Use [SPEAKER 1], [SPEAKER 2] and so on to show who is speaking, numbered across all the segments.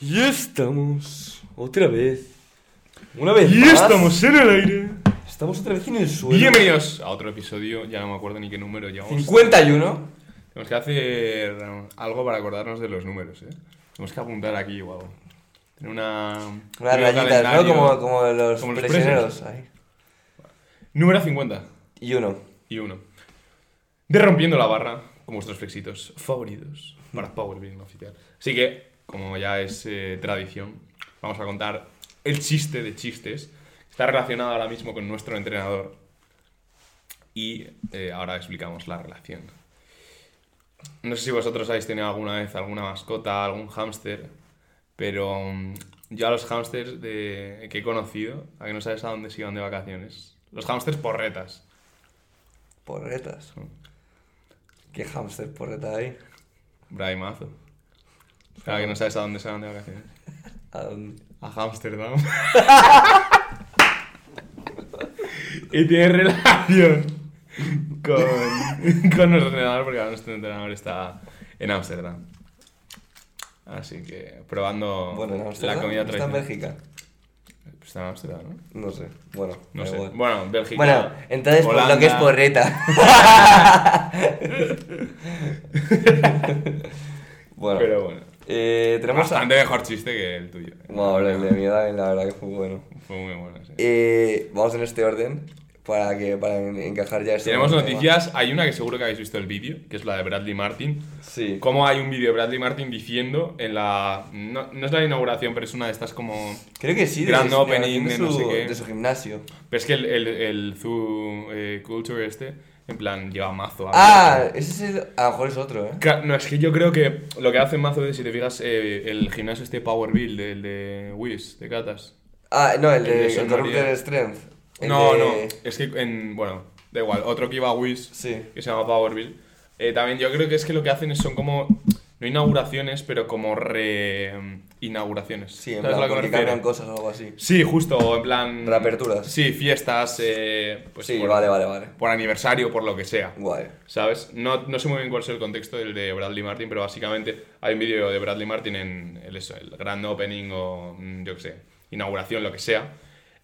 [SPEAKER 1] Y estamos otra vez. Una vez
[SPEAKER 2] Y
[SPEAKER 1] más.
[SPEAKER 2] estamos en el aire.
[SPEAKER 1] Estamos otra vez en el suelo.
[SPEAKER 2] Bienvenidos a otro episodio, ya no me acuerdo ni qué número llevamos.
[SPEAKER 1] 51.
[SPEAKER 2] Tenemos que hacer um, algo para acordarnos de los números, ¿eh? Tenemos que apuntar aquí o algo. Tener una...
[SPEAKER 1] Unas
[SPEAKER 2] tener un
[SPEAKER 1] rayitas, ¿no?
[SPEAKER 2] calendario.
[SPEAKER 1] Como, como los
[SPEAKER 2] Como los
[SPEAKER 1] prisioneros. ahí.
[SPEAKER 2] Número 50
[SPEAKER 1] Y uno.
[SPEAKER 2] y 1. Derrompiendo la barra con vuestros flexitos favoritos para Power Building oficial. Así que, como ya es eh, tradición, vamos a contar el chiste de chistes. Está relacionado ahora mismo con nuestro entrenador. Y eh, ahora explicamos la relación. No sé si vosotros habéis tenido alguna vez alguna mascota, algún hámster, pero mm, yo a los hámsters de- que he conocido, a que no sabes a dónde se iban de vacaciones. Los hámsters porretas.
[SPEAKER 1] Porretas. Qué hamster porreta hay.
[SPEAKER 2] Braimazo. Claro que no sabes a dónde se van de vacaciones.
[SPEAKER 1] ¿A dónde?
[SPEAKER 2] A Ámsterdam. y tiene relación con, con nuestro entrenador, porque ahora nuestro entrenador está en Ámsterdam. Así que probando
[SPEAKER 1] Bueno, en Ámsterdam.
[SPEAKER 2] Oh, la comida
[SPEAKER 1] Está en
[SPEAKER 2] tradicional. Pues
[SPEAKER 1] Bélgica.
[SPEAKER 2] Está en Ámsterdam, ¿no?
[SPEAKER 1] No sé. Bueno,
[SPEAKER 2] No
[SPEAKER 1] da
[SPEAKER 2] sé.
[SPEAKER 1] igual.
[SPEAKER 2] Bueno, Bélgica.
[SPEAKER 1] Bueno, entonces por lo
[SPEAKER 2] Holanda.
[SPEAKER 1] que es porreta. bueno,
[SPEAKER 2] Pero Ah. bueno.
[SPEAKER 1] eh, tenemos a...
[SPEAKER 2] Bastante mejor chiste que el tuyo.
[SPEAKER 1] Bueno, el de mi edad, la verdad que fue bueno.
[SPEAKER 2] Fue muy bueno, sí.
[SPEAKER 1] Eh, vamos en este orden para que para en- encajar ya esto.
[SPEAKER 2] Tenemos
[SPEAKER 1] con el tema.
[SPEAKER 2] noticias. Hay una que seguro que habéis visto el vídeo, que es la de Bradley Martin.
[SPEAKER 1] Sí.
[SPEAKER 2] Cómo hay un vídeo de Bradley Martin diciendo en la... No, no es la inauguración, pero es una de estas como...
[SPEAKER 1] Creo que sí. de
[SPEAKER 2] Grand
[SPEAKER 1] su-
[SPEAKER 2] opening
[SPEAKER 1] de
[SPEAKER 2] de
[SPEAKER 1] su,
[SPEAKER 2] no sé qué.
[SPEAKER 1] de su gimnasio.
[SPEAKER 2] Pero es que el, el, el Zoo eh, Culture este, en plan, lleva mazo.
[SPEAKER 1] Ah, ese es el. A lo mejor es otro, ¿eh?
[SPEAKER 2] Ca- No, es que yo creo que lo que hace mazo es, si te fijas, eh, el gimnasio este Power Build, el de Wiz, de Catas.
[SPEAKER 1] Ah, no, el
[SPEAKER 2] El de
[SPEAKER 1] de, el
[SPEAKER 2] Sol
[SPEAKER 1] Corrupted
[SPEAKER 2] María.
[SPEAKER 1] Strength. El
[SPEAKER 2] No,
[SPEAKER 1] de-
[SPEAKER 2] no, es que en... Bueno, da igual. Otro que iba a Wiz,
[SPEAKER 1] Sí.
[SPEAKER 2] que se llama Power Build. Eh, también yo creo que es que lo que hacen es son como... No inauguraciones, pero como re... em, Inauguraciones.
[SPEAKER 1] Sí, en
[SPEAKER 2] ¿Sabes a
[SPEAKER 1] plan,
[SPEAKER 2] lo que me
[SPEAKER 1] porque
[SPEAKER 2] refiero?
[SPEAKER 1] cambian cosas o algo así.
[SPEAKER 2] Sí, justo, en plan...
[SPEAKER 1] Reaperturas.
[SPEAKER 2] Sí, fiestas, eh, pues
[SPEAKER 1] sí,
[SPEAKER 2] por,
[SPEAKER 1] vale, vale, vale.
[SPEAKER 2] por aniversario, por lo que sea.
[SPEAKER 1] Guay.
[SPEAKER 2] ¿Sabes? No, no sé muy bien cuál es el contexto del de Bradley Martin, pero básicamente hay un vídeo de Bradley Martin en el, eso, el grand opening o mm, yo qué sé, inauguración, lo que sea,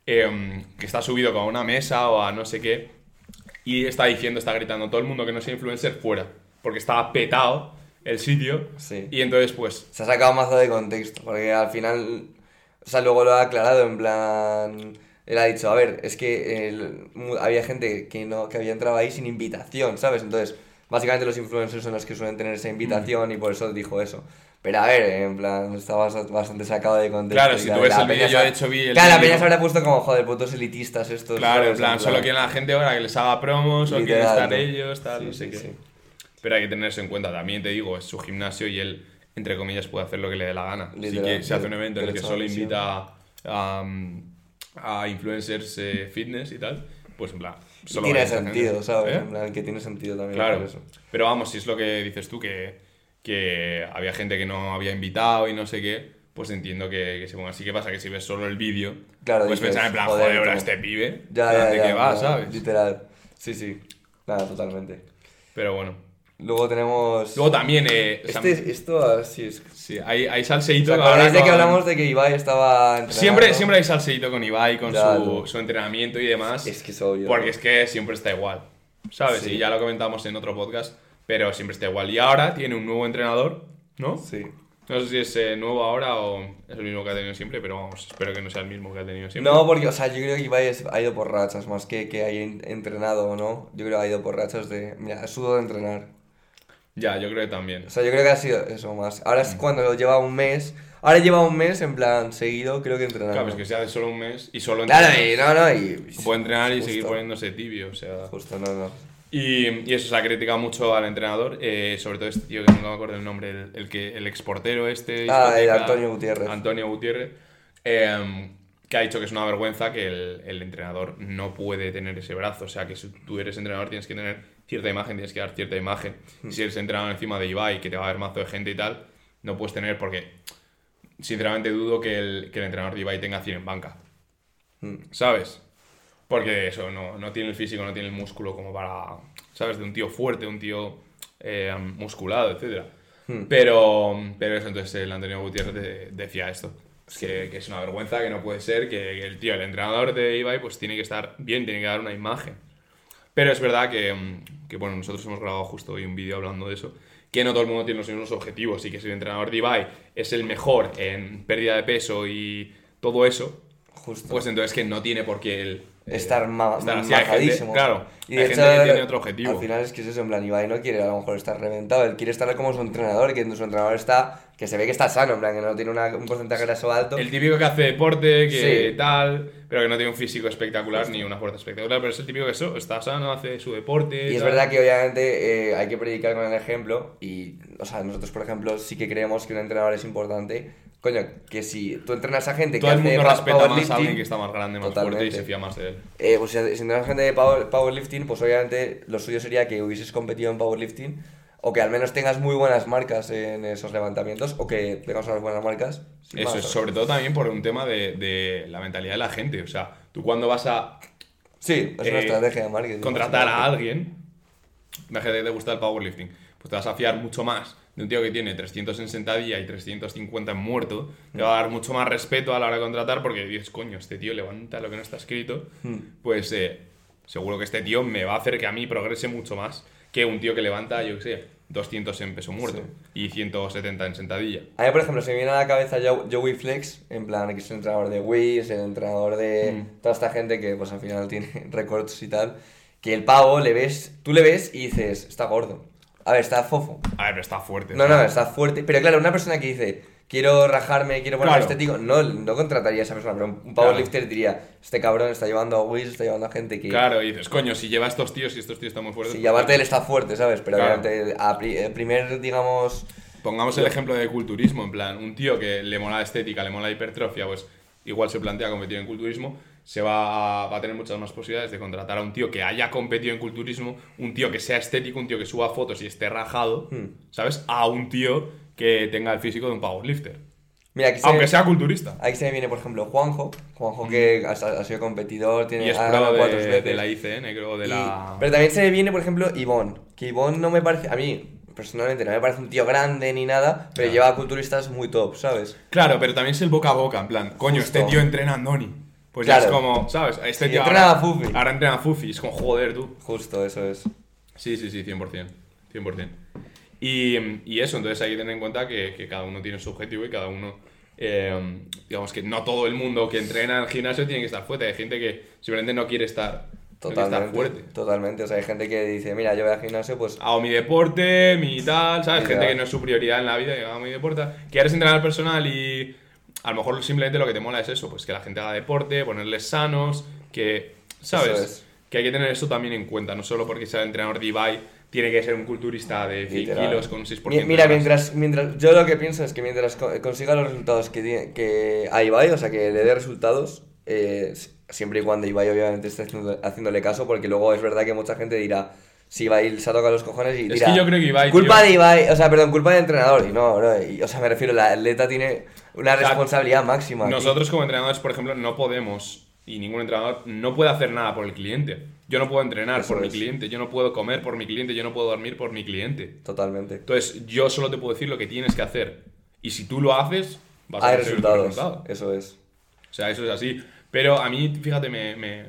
[SPEAKER 2] em, que está subido con una mesa o a no sé qué, y está diciendo, está gritando todo el mundo que no sea influencer fuera, porque estaba petado el sitio,
[SPEAKER 1] Sí.
[SPEAKER 2] y entonces pues
[SPEAKER 1] Se ha sacado mazo de contexto, porque al final, o sea, luego lo ha aclarado, en plan, él ha dicho, a ver, es que el- mu- había gente que no que había entrado ahí sin invitación, ¿sabes? Entonces, básicamente los influencers son los que suelen tener esa invitación y por eso dijo eso. Pero a ver, en plan, está bas- bastante sacado de contexto.
[SPEAKER 2] Claro,
[SPEAKER 1] y
[SPEAKER 2] si
[SPEAKER 1] la-
[SPEAKER 2] tú ves
[SPEAKER 1] la
[SPEAKER 2] el vídeo,
[SPEAKER 1] peña
[SPEAKER 2] yo
[SPEAKER 1] se-
[SPEAKER 2] de hecho vi el
[SPEAKER 1] Claro, la
[SPEAKER 2] vídeo.
[SPEAKER 1] peña se habrá puesto como, joder, putos elitistas estos.
[SPEAKER 2] Claro,
[SPEAKER 1] ¿sabes?
[SPEAKER 2] en plan, solo quieren la gente ahora que les haga promos o quieren
[SPEAKER 1] Literal,
[SPEAKER 2] estar
[SPEAKER 1] ¿no?
[SPEAKER 2] ellos, tal,
[SPEAKER 1] Sí,
[SPEAKER 2] no sé
[SPEAKER 1] sí,
[SPEAKER 2] qué.
[SPEAKER 1] sí.
[SPEAKER 2] Pero hay que tener eso en cuenta. También te digo, es su gimnasio y él, entre comillas, puede hacer lo que le dé la gana. Así
[SPEAKER 1] Literal,
[SPEAKER 2] que se hace un
[SPEAKER 1] literal,
[SPEAKER 2] evento en el que
[SPEAKER 1] derecho a
[SPEAKER 2] solo
[SPEAKER 1] la visión.
[SPEAKER 2] invita a, um, a influencers eh, fitness y tal, pues en plan.
[SPEAKER 1] Y
[SPEAKER 2] solo va a
[SPEAKER 1] tiene
[SPEAKER 2] esa gente.
[SPEAKER 1] sentido, ¿sabes?
[SPEAKER 2] ¿Eh?
[SPEAKER 1] En plan, que tiene sentido también.
[SPEAKER 2] Claro.
[SPEAKER 1] hacer eso.
[SPEAKER 2] Pero vamos, si es lo que dices tú, que, que había gente que no había invitado y no sé qué, pues entiendo que, que se ponga así. ¿Qué pasa? Que si ves solo el vídeo,
[SPEAKER 1] Claro,
[SPEAKER 2] pues
[SPEAKER 1] dices,
[SPEAKER 2] pensar en plan,
[SPEAKER 1] joder,
[SPEAKER 2] joder, ahora
[SPEAKER 1] tú".
[SPEAKER 2] este pibe,
[SPEAKER 1] Ya, ya,
[SPEAKER 2] ¿de
[SPEAKER 1] ya,
[SPEAKER 2] qué va,
[SPEAKER 1] ya,
[SPEAKER 2] sabes?
[SPEAKER 1] Literal. Sí, sí. Nada, totalmente.
[SPEAKER 2] Pero bueno.
[SPEAKER 1] Luego tenemos.
[SPEAKER 2] Luego también, eh, Sam-
[SPEAKER 1] este, es- esto ah, sí es.
[SPEAKER 2] sí, hay, hay salseíto
[SPEAKER 1] ¿Os
[SPEAKER 2] que ahora
[SPEAKER 1] acordáis de que
[SPEAKER 2] con-
[SPEAKER 1] hablamos de que Ibai estaba entrenando?
[SPEAKER 2] Siempre, siempre hay salseíto con Ibai, con
[SPEAKER 1] Ya,
[SPEAKER 2] su,
[SPEAKER 1] tú.
[SPEAKER 2] su entrenamiento y demás.
[SPEAKER 1] Es que es obvio.
[SPEAKER 2] Porque es que siempre está igual. ¿Sabes?
[SPEAKER 1] Sí.
[SPEAKER 2] Y ya lo comentamos en otro podcast, pero siempre está igual. Y ahora tiene un nuevo entrenador, ¿no?
[SPEAKER 1] Sí.
[SPEAKER 2] No sé si es eh, nuevo ahora o es el mismo que ha tenido siempre, pero vamos, espero que no sea el mismo que ha tenido siempre.
[SPEAKER 1] No, porque, o sea, yo creo que Ibai es- ha ido por rachas, más que que haya en- entrenado o no. Yo creo que ha ido por rachas de. Mira, sudo de entrenar.
[SPEAKER 2] Ya, yo creo que también.
[SPEAKER 1] O sea, yo creo que ha sido eso más. Ahora
[SPEAKER 2] Mm.
[SPEAKER 1] es cuando lleva un mes. Ahora lleva un mes en plan seguido, creo que entrenando.
[SPEAKER 2] Claro, es que se hace solo un mes y solo
[SPEAKER 1] Claro,
[SPEAKER 2] entrena.
[SPEAKER 1] y no, no, y.
[SPEAKER 2] Puede entrenar y
[SPEAKER 1] Justo.
[SPEAKER 2] seguir poniéndose tibio, o sea.
[SPEAKER 1] Justo, no, no.
[SPEAKER 2] Y, y eso se ha criticado mucho al entrenador, eh, sobre todo este tío que no me acuerdo el nombre, el, el que, el exportero este.
[SPEAKER 1] Ah, el
[SPEAKER 2] discoteca,
[SPEAKER 1] Antonio Gutiérrez.
[SPEAKER 2] Antonio Gutiérrez, eh, que ha dicho que es una vergüenza que el, el entrenador no puede tener ese brazo. O sea, que si tú eres entrenador tienes que tener cierta imagen, tienes que dar cierta imagen. Y si eres entrenador encima de Ibai, que te va a ver mazo de gente y tal, no puedes tener porque sinceramente dudo que el, que el entrenador de Ibai tenga 100 en banca.
[SPEAKER 1] Mm.
[SPEAKER 2] ¿Sabes? Porque eso, no, no tiene el físico, no tiene el músculo como para, ¿sabes? De un tío fuerte, un tío eh, musculado, etc.
[SPEAKER 1] Hmm.
[SPEAKER 2] Pero, pero eso, entonces el Antonio Gutiérrez de- decía esto. Que, que es una vergüenza, que no puede ser, que, que el tío, el entrenador de Ibai, pues tiene que estar bien, tiene que dar una imagen. Pero es verdad que, mm, que, bueno, nosotros hemos grabado justo hoy un vídeo hablando de eso, que no todo el mundo tiene los mismos objetivos y que si el entrenador de Ibai es el mejor en pérdida de peso y todo eso,
[SPEAKER 1] Justo.
[SPEAKER 2] pues entonces que no tiene por qué él... eh,
[SPEAKER 1] estar ma
[SPEAKER 2] así. Hay gente-
[SPEAKER 1] majadísimo.
[SPEAKER 2] claro,
[SPEAKER 1] y
[SPEAKER 2] hay
[SPEAKER 1] de
[SPEAKER 2] gente
[SPEAKER 1] hecho,
[SPEAKER 2] que tiene otro objetivo.
[SPEAKER 1] Al final es que es eso, en plan, Ibai no quiere a lo mejor estar reventado, él quiere estar como su entrenador, que su entrenador está, que se ve que está sano, en plan, que no tiene una- un porcentaje graso alto.
[SPEAKER 2] El típico que hace deporte, que
[SPEAKER 1] Sí.
[SPEAKER 2] tal, pero que no tiene un físico espectacular ni una fuerza espectacular, pero es el típico que eso, está sano, hace su deporte.
[SPEAKER 1] Y es
[SPEAKER 2] tal.
[SPEAKER 1] verdad que obviamente eh, hay que predicar con el ejemplo y, o sea, nosotros por ejemplo sí que creemos que un entrenador es importante. Coño, que si tú entrenas a gente
[SPEAKER 2] todo
[SPEAKER 1] que
[SPEAKER 2] el
[SPEAKER 1] hace
[SPEAKER 2] mundo
[SPEAKER 1] pa-
[SPEAKER 2] respeta más a
[SPEAKER 1] powerlifting,
[SPEAKER 2] alguien que está más grande, más fuerte y
[SPEAKER 1] Totalmente.
[SPEAKER 2] se fía más de él.
[SPEAKER 1] eh, pues si si entrenas a gente de power- powerlifting, pues obviamente lo suyo sería que hubieses competido en powerlifting o que al menos tengas muy buenas marcas en esos levantamientos o que tengas unas buenas marcas. sin
[SPEAKER 2] Eso
[SPEAKER 1] más,
[SPEAKER 2] es,
[SPEAKER 1] ¿no?
[SPEAKER 2] sobre todo también por un tema de, de la mentalidad de la gente. O sea, tú cuando vas a
[SPEAKER 1] Sí, es una
[SPEAKER 2] eh,
[SPEAKER 1] estrategia de marketing.
[SPEAKER 2] contratar a
[SPEAKER 1] básicamente.
[SPEAKER 2] alguien, imagínate que te gusta el powerlifting, pues te vas a fiar mucho más de un tío que tiene 300 en sentadilla y 350 en muerto, te va a dar mucho más respeto a la hora de contratar porque dices, coño, este tío levanta lo que no está escrito,
[SPEAKER 1] Hmm.
[SPEAKER 2] pues eh, seguro que este tío me va a hacer que a mí progrese mucho más que un tío que levanta, yo qué sé, 200 en peso muerto y 170 en sentadilla.
[SPEAKER 1] A mí, por ejemplo, se me viene a la cabeza Joe- Joey Flex, en plan, que es el entrenador de Wii, es el entrenador de
[SPEAKER 2] Mm.
[SPEAKER 1] toda esta gente que, pues, al final tiene récords y tal, que el pavo le ves, tú le ves y dices, está gordo. A ver, está fofo.
[SPEAKER 2] A ver, pero está fuerte.
[SPEAKER 1] No, no, está fuerte. Pero claro, una persona que dice, quiero rajarme, quiero ponerme
[SPEAKER 2] Claro.
[SPEAKER 1] estético, no, no contrataría a esa persona, pero un powerlifter diría, este cabrón está llevando a Wii, está llevando a gente que...
[SPEAKER 2] Claro, y dices, coño, si lleva a estos tíos y estos tíos están muy fuertes.
[SPEAKER 1] Sí, y
[SPEAKER 2] pues,
[SPEAKER 1] aparte él está fuerte, ¿sabes? Pero
[SPEAKER 2] Claro.
[SPEAKER 1] obviamente, eh, a pri- el primer, digamos...
[SPEAKER 2] Pongamos el ejemplo de culturismo, en plan, un tío que le mola la estética, le mola la hipertrofia, pues igual se plantea competir en culturismo, se va a, va a tener muchas más posibilidades de contratar a un tío que haya competido en culturismo, un tío que sea estético, un tío que suba fotos y esté rajado,
[SPEAKER 1] Hmm.
[SPEAKER 2] ¿sabes? A un tío que tenga el físico de un powerlifter,
[SPEAKER 1] Mira, aquí se-
[SPEAKER 2] aunque sea culturista.
[SPEAKER 1] Ahí se me viene, por ejemplo, Juanjo. Juanjo que ha, ha sido competidor, tiene
[SPEAKER 2] Y es
[SPEAKER 1] ha
[SPEAKER 2] pro
[SPEAKER 1] ganado cuatro
[SPEAKER 2] de,
[SPEAKER 1] Ah, veces.
[SPEAKER 2] de la ICN, creo, de
[SPEAKER 1] Y-
[SPEAKER 2] la...
[SPEAKER 1] Pero también se me viene, por ejemplo, Ivonne. Que Ivonne no me parece, a mí personalmente no me parece un tío grande ni nada, pero lleva a culturistas muy top, ¿sabes?
[SPEAKER 2] Claro, pero también es el boca a boca, en plan, coño,
[SPEAKER 1] Justo.
[SPEAKER 2] este tío entrena a Noni. Pues ya
[SPEAKER 1] Claro.
[SPEAKER 2] es como, ¿sabes? Este
[SPEAKER 1] Sí,
[SPEAKER 2] tío
[SPEAKER 1] entrena
[SPEAKER 2] ahora-
[SPEAKER 1] a Fufi.
[SPEAKER 2] Ahora entrena a Fufi, es como, joder, tú.
[SPEAKER 1] Justo, eso es.
[SPEAKER 2] Sí, sí, sí, 100%. 100%. Y, mm, y eso, entonces hay que tener en cuenta que, que cada uno tiene su objetivo y cada uno, eh, digamos que no todo el mundo que entrena en el gimnasio tiene que estar fuerte. Hay gente que simplemente no quiere estar, no quiere
[SPEAKER 1] Totalmente.
[SPEAKER 2] estar fuerte.
[SPEAKER 1] Totalmente. O sea, hay gente que dice, mira, yo voy al gimnasio, pues.
[SPEAKER 2] Hago mi deporte, mi tal, ¿sabes?
[SPEAKER 1] Sí,
[SPEAKER 2] gente
[SPEAKER 1] ya.
[SPEAKER 2] que no es su prioridad en la vida, y hago mi deporte. Quieres entrenar personal y a lo mejor simplemente lo que te mola es eso, pues que la gente haga deporte, ponerles sanos, que, ¿sabes?
[SPEAKER 1] Eso es.
[SPEAKER 2] Que hay que tener eso también en cuenta, no solo porque sea el entrenador de Ibai, tiene que ser un culturista de 100
[SPEAKER 1] literal".
[SPEAKER 2] kilos con 6%
[SPEAKER 1] Mi-
[SPEAKER 2] de
[SPEAKER 1] Mira,
[SPEAKER 2] grasa.
[SPEAKER 1] mientras, mientras. Yo lo que pienso es que mientras co- consiga los resultados que, tiene- que a Ibai, o sea, que le dé resultados, eh, s- siempre y cuando Ibai obviamente esté haciendo- haciéndole caso, porque luego es verdad que mucha gente dirá. Si Ibai se ha tocado los cojones y
[SPEAKER 2] Es
[SPEAKER 1] dirá,
[SPEAKER 2] que yo creo que Ibai,
[SPEAKER 1] Culpa
[SPEAKER 2] tío".
[SPEAKER 1] de Ibai, o sea, perdón, culpa del entrenador. Y no, bro, y- o sea, me refiero, la atleta tiene una
[SPEAKER 2] O sea,
[SPEAKER 1] responsabilidad máxima. aquí.
[SPEAKER 2] Nosotros como entrenadores, por ejemplo, no podemos, y ningún entrenador no puede hacer nada por el cliente. Yo no puedo entrenar
[SPEAKER 1] Eso
[SPEAKER 2] por
[SPEAKER 1] es.
[SPEAKER 2] mi cliente, yo no puedo comer por mi cliente, yo no puedo dormir por mi cliente.
[SPEAKER 1] Totalmente.
[SPEAKER 2] Entonces, yo solo te puedo decir lo que tienes que hacer. Y si tú lo haces, vas
[SPEAKER 1] Hay
[SPEAKER 2] a conseguir
[SPEAKER 1] resultados.
[SPEAKER 2] tu resultado.
[SPEAKER 1] Eso es.
[SPEAKER 2] O sea, eso es así. Pero a mí, fíjate, me, me,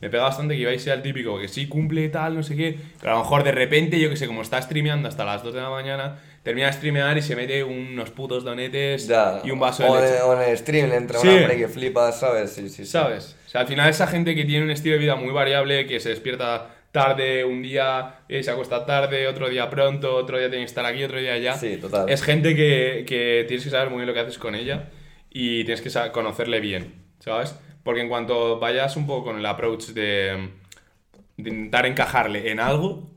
[SPEAKER 2] me pega bastante que Ibai sea el típico que sí cumple tal, no sé qué, pero a lo mejor de repente, yo que sé, como está streameando hasta las 2 de la mañana, termina de streamear y se mete unos putos donetes
[SPEAKER 1] Ya.
[SPEAKER 2] y un vaso
[SPEAKER 1] o
[SPEAKER 2] de leche.
[SPEAKER 1] en- o en el stream le entra
[SPEAKER 2] Sí.
[SPEAKER 1] un hambre que flipas, ¿sabes? Sí, sí, sí.
[SPEAKER 2] ¿Sabes? O sea, al final esa gente que tiene un estilo de vida muy variable, que se despierta tarde, un día eh, se acuesta tarde, otro día pronto, otro día tiene que estar aquí, otro día allá.
[SPEAKER 1] Sí, total.
[SPEAKER 2] Es gente que, que tienes que saber muy bien lo que haces con ella y tienes que sa- conocerle bien, ¿sabes? Porque en cuanto vayas un poco con el approach de, de intentar encajarle en algo,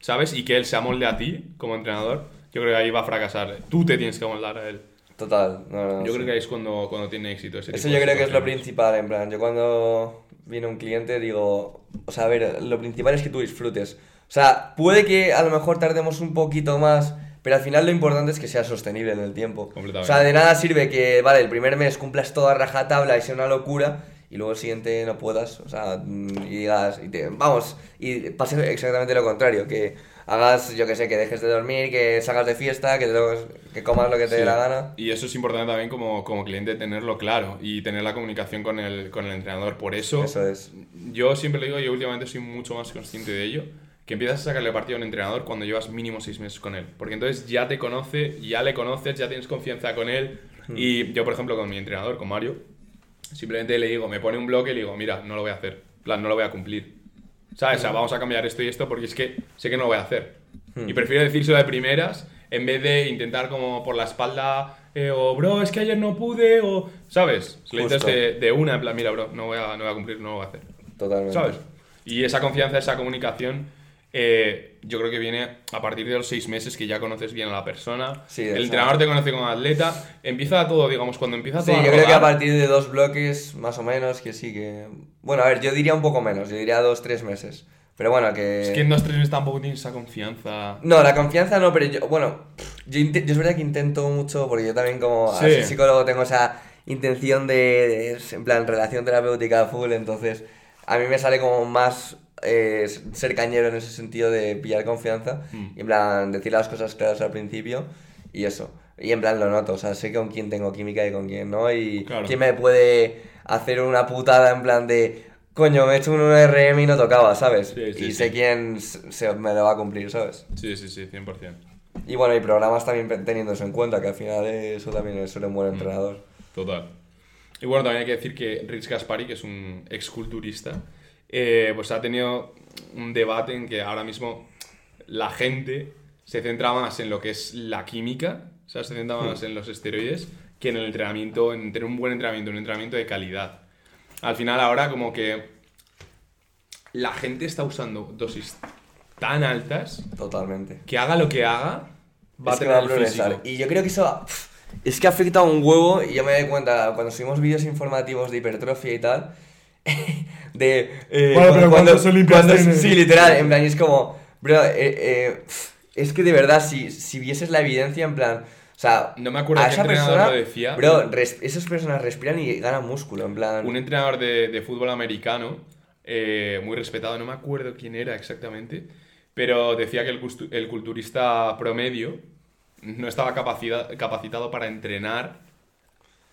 [SPEAKER 2] ¿sabes? Y que él se amolde a ti como entrenador, yo creo que ahí va a fracasar. Tú te tienes que amoldar a él.
[SPEAKER 1] Total. No, no,
[SPEAKER 2] Yo
[SPEAKER 1] Ah, sí.
[SPEAKER 2] creo que ahí es cuando, cuando tiene éxito ese
[SPEAKER 1] Eso
[SPEAKER 2] Este tipo
[SPEAKER 1] yo
[SPEAKER 2] de
[SPEAKER 1] creo que es lo
[SPEAKER 2] situaciones.
[SPEAKER 1] principal, en plan, yo cuando viene un cliente digo, o sea, a ver, lo principal es que tú disfrutes. O sea, puede que a lo mejor tardemos un poquito más, pero al final lo importante es que sea sostenible en el tiempo.
[SPEAKER 2] Completamente.
[SPEAKER 1] O sea, de nada sirve que, vale, el primer mes cumplas toda rajatabla y sea una locura, y luego el siguiente no puedas, o sea, mm, y digas, y te, vamos, y pase exactamente lo contrario, que hagas, yo que sé, que dejes de dormir, que salgas de fiesta, que, te lo- que comas lo que te dé
[SPEAKER 2] Sí.
[SPEAKER 1] la gana.
[SPEAKER 2] Y eso es importante también como, como cliente tenerlo claro y tener la comunicación con el, con el entrenador. Por eso,
[SPEAKER 1] Eso es.
[SPEAKER 2] yo siempre lo digo, yo últimamente soy mucho más consciente de ello, que empiezas a sacarle partido a un entrenador cuando llevas mínimo seis meses con él. Porque entonces ya te conoce, ya le conoces, ya tienes confianza con él. Y yo, por ejemplo, con mi entrenador, con Mario, simplemente le digo, me pone un bloque y le digo, mira, no lo voy a hacer, En plan, no lo voy a cumplir. ¿Sabes? O sea, vamos a cambiar esto y esto porque es que sé que no lo voy a hacer. Y prefiero decírselo de primeras en vez de intentar como por la espalda eh, o bro, es que ayer no pude o... ¿Sabes? Le dices
[SPEAKER 1] Justo.
[SPEAKER 2] de, de una, en plan, mira, bro, no voy, a, no voy a cumplir, no lo voy a hacer.
[SPEAKER 1] Totalmente.
[SPEAKER 2] ¿Sabes? Y esa confianza, esa comunicación, eh, yo creo que viene a partir de los seis meses que ya conoces bien a la persona.
[SPEAKER 1] Sí,
[SPEAKER 2] el
[SPEAKER 1] exacto.
[SPEAKER 2] entrenador te conoce como atleta. Empieza todo, digamos, cuando empieza
[SPEAKER 1] Sí,
[SPEAKER 2] todo. a
[SPEAKER 1] yo creo que a
[SPEAKER 2] rodar-
[SPEAKER 1] partir de dos bloques, más o menos, que sí que. Bueno, a ver, yo diría un poco menos, yo diría dos, tres meses. Pero bueno, que.
[SPEAKER 2] Es que en dos, tres meses tampoco tienes esa confianza.
[SPEAKER 1] No, la confianza no, pero yo, bueno, yo, inte- yo es verdad que intento mucho, porque yo también como
[SPEAKER 2] Sí.
[SPEAKER 1] así psicólogo tengo esa intención de, de- en plan, relación terapéutica full, entonces a mí me sale como más eh, ser cañero en ese sentido de pillar confianza,
[SPEAKER 2] Mm.
[SPEAKER 1] y en plan, decir las cosas claras al principio, y eso. Y en plan lo noto, o sea, sé con quién tengo química y con quién no, y
[SPEAKER 2] Claro.
[SPEAKER 1] quién me puede hacer una putada en plan de, coño, me he hecho un RM y no tocaba, ¿sabes?
[SPEAKER 2] Sí, sí,
[SPEAKER 1] y sé
[SPEAKER 2] sí.
[SPEAKER 1] quién se se me lo va a cumplir, ¿sabes?
[SPEAKER 2] Sí, sí, sí, 100%.
[SPEAKER 1] Y bueno, y programas también pe- teniendo eso en cuenta, que al final eh, eso también es ser un
[SPEAKER 2] Mm.
[SPEAKER 1] buen entrenador.
[SPEAKER 2] Total. Y bueno, también hay que decir que Rich Gaspari, que es un exculturista, eh, pues ha tenido un debate en que ahora mismo la gente se centra más en lo que es la química, o sea, se centra más en los esteroides, que en el entrenamiento, en tener un buen entrenamiento, un entrenamiento de calidad. Al final ahora como que la gente está usando dosis tan altas
[SPEAKER 1] Totalmente.
[SPEAKER 2] que haga lo que haga,
[SPEAKER 1] Es
[SPEAKER 2] va a
[SPEAKER 1] que
[SPEAKER 2] tener
[SPEAKER 1] va
[SPEAKER 2] el
[SPEAKER 1] progresar.
[SPEAKER 2] físico.
[SPEAKER 1] Y yo creo que eso pf, es que afecta a un huevo y yo me doy cuenta cuando subimos vídeos informativos de hipertrofia y tal. de. eh,
[SPEAKER 3] Bueno, pero ¿cuántos
[SPEAKER 1] cuando-
[SPEAKER 3] Olimpias
[SPEAKER 1] cuando-
[SPEAKER 3] tienes?
[SPEAKER 1] Sí, literal. En plan, y es como. Bro, eh, eh, pf, es que de verdad, si, si vieses la evidencia, en plan. O sea,
[SPEAKER 2] No me acuerdo
[SPEAKER 1] a
[SPEAKER 2] qué
[SPEAKER 1] esa
[SPEAKER 2] entrenador
[SPEAKER 1] persona.
[SPEAKER 2] lo decía.
[SPEAKER 1] Bro, res- esas personas respiran y ganan músculo, en plan.
[SPEAKER 2] un entrenador de, de fútbol americano, eh, muy respetado, no me acuerdo quién era exactamente, pero decía que el, custu- el culturista promedio no estaba capacida- capacitado para entrenar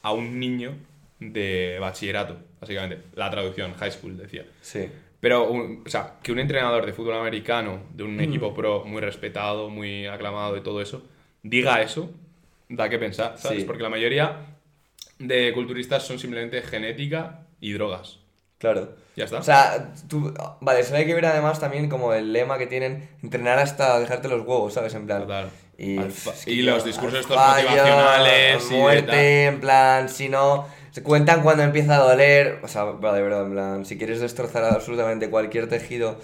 [SPEAKER 2] a un niño de bachillerato, básicamente. La traducción, high school, decía.
[SPEAKER 1] Sí.
[SPEAKER 2] Pero, un- o sea, que un entrenador de fútbol americano, de
[SPEAKER 1] Mm.
[SPEAKER 2] un equipo pro muy respetado, muy aclamado y todo eso, diga eso, da que pensar, ¿sabes?
[SPEAKER 1] Sí.
[SPEAKER 2] Porque la mayoría de culturistas son simplemente genética y drogas.
[SPEAKER 1] Claro.
[SPEAKER 2] Ya está.
[SPEAKER 1] O sea, tú. Vale, eso hay que ver además también como el lema que tienen: entrenar hasta dejarte los huevos, ¿sabes? En plan.
[SPEAKER 2] Total.
[SPEAKER 1] Y,
[SPEAKER 2] Al
[SPEAKER 1] pff,
[SPEAKER 2] fa-
[SPEAKER 1] es que,
[SPEAKER 2] y
[SPEAKER 1] tío,
[SPEAKER 2] los discursos
[SPEAKER 1] al
[SPEAKER 2] estos
[SPEAKER 1] fallo,
[SPEAKER 2] motivacionales y de
[SPEAKER 1] muerte, en plan, si no. Se cuentan cuando empieza a doler. O sea, vale, de verdad, en plan, si quieres destrozar absolutamente cualquier tejido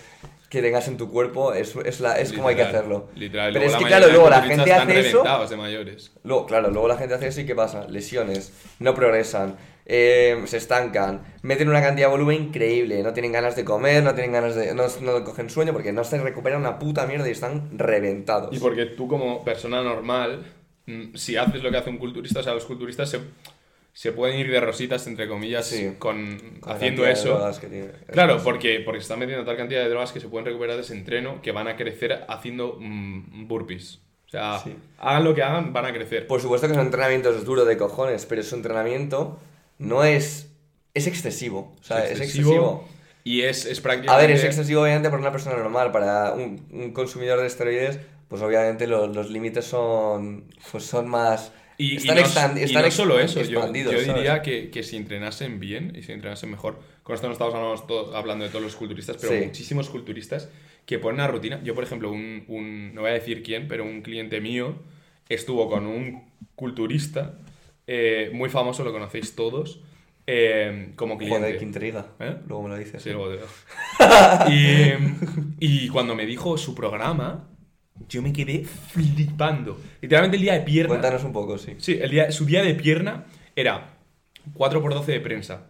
[SPEAKER 1] que tengas en tu cuerpo, es, es, la, es como hay que
[SPEAKER 2] Literal,
[SPEAKER 1] hacerlo.
[SPEAKER 2] Literal.
[SPEAKER 1] Pero es
[SPEAKER 2] la
[SPEAKER 1] que,
[SPEAKER 2] mayoría
[SPEAKER 1] claro,
[SPEAKER 2] de
[SPEAKER 1] luego la
[SPEAKER 2] culturistas
[SPEAKER 1] gente
[SPEAKER 2] están
[SPEAKER 1] hace eso.
[SPEAKER 2] reventados de mayores.
[SPEAKER 1] Luego, claro, luego la gente hace eso y ¿qué pasa? Lesiones, no progresan, eh, se estancan, meten una cantidad de volumen increíble, no tienen ganas de comer, no tienen ganas de... no, no cogen sueño porque no se recuperan una puta mierda y están reventados.
[SPEAKER 2] Y porque tú como persona normal, mm, si haces lo que hace un culturista, o sea, los culturistas se, se pueden ir de rositas, entre comillas,
[SPEAKER 1] Sí.
[SPEAKER 2] con,
[SPEAKER 1] Con la
[SPEAKER 2] haciendo
[SPEAKER 1] cantidad de
[SPEAKER 2] eso.
[SPEAKER 1] drogas que tienen.
[SPEAKER 2] Claro, porque, porque se están metiendo tal cantidad de drogas que se pueden recuperar de ese entreno que van a crecer haciendo mm, burpees. O sea,
[SPEAKER 1] Sí.
[SPEAKER 2] hagan lo que hagan, van a crecer.
[SPEAKER 1] Por supuesto que su entrenamiento es duro de cojones, pero su entrenamiento no es... es excesivo, o sea, es excesivo.
[SPEAKER 2] Y es, es
[SPEAKER 1] A
[SPEAKER 2] prácticamente...
[SPEAKER 1] ver, es excesivo obviamente para una persona normal, para un, un consumidor de esteroides, pues obviamente lo- los límites son, pues son más...
[SPEAKER 2] Y, y no,
[SPEAKER 1] están extan-
[SPEAKER 2] y
[SPEAKER 1] están
[SPEAKER 2] no
[SPEAKER 1] ex-
[SPEAKER 2] solo eso, yo- yo,
[SPEAKER 1] expandidos, ¿sabes?
[SPEAKER 2] diría que, que si entrenasen bien y si entrenasen mejor, con esto no estamos hablando, to- hablando de todos los culturistas, pero
[SPEAKER 1] Sí.
[SPEAKER 2] muchísimos culturistas que ponen una rutina. Yo, por ejemplo, un, un- no voy a decir quién, pero un cliente mío estuvo con un culturista eh, muy famoso, lo conocéis todos, eh, como cliente.
[SPEAKER 1] Joder, que intriga.
[SPEAKER 2] ¿Eh?
[SPEAKER 1] Luego me lo dices.
[SPEAKER 2] Sí, luego te digo. y, y cuando me dijo su programa, yo me quedé flipando. Literalmente el día de pierna.
[SPEAKER 1] Cuéntanos un poco, sí.
[SPEAKER 2] Sí, el día, su día de pierna era 4x12 de prensa,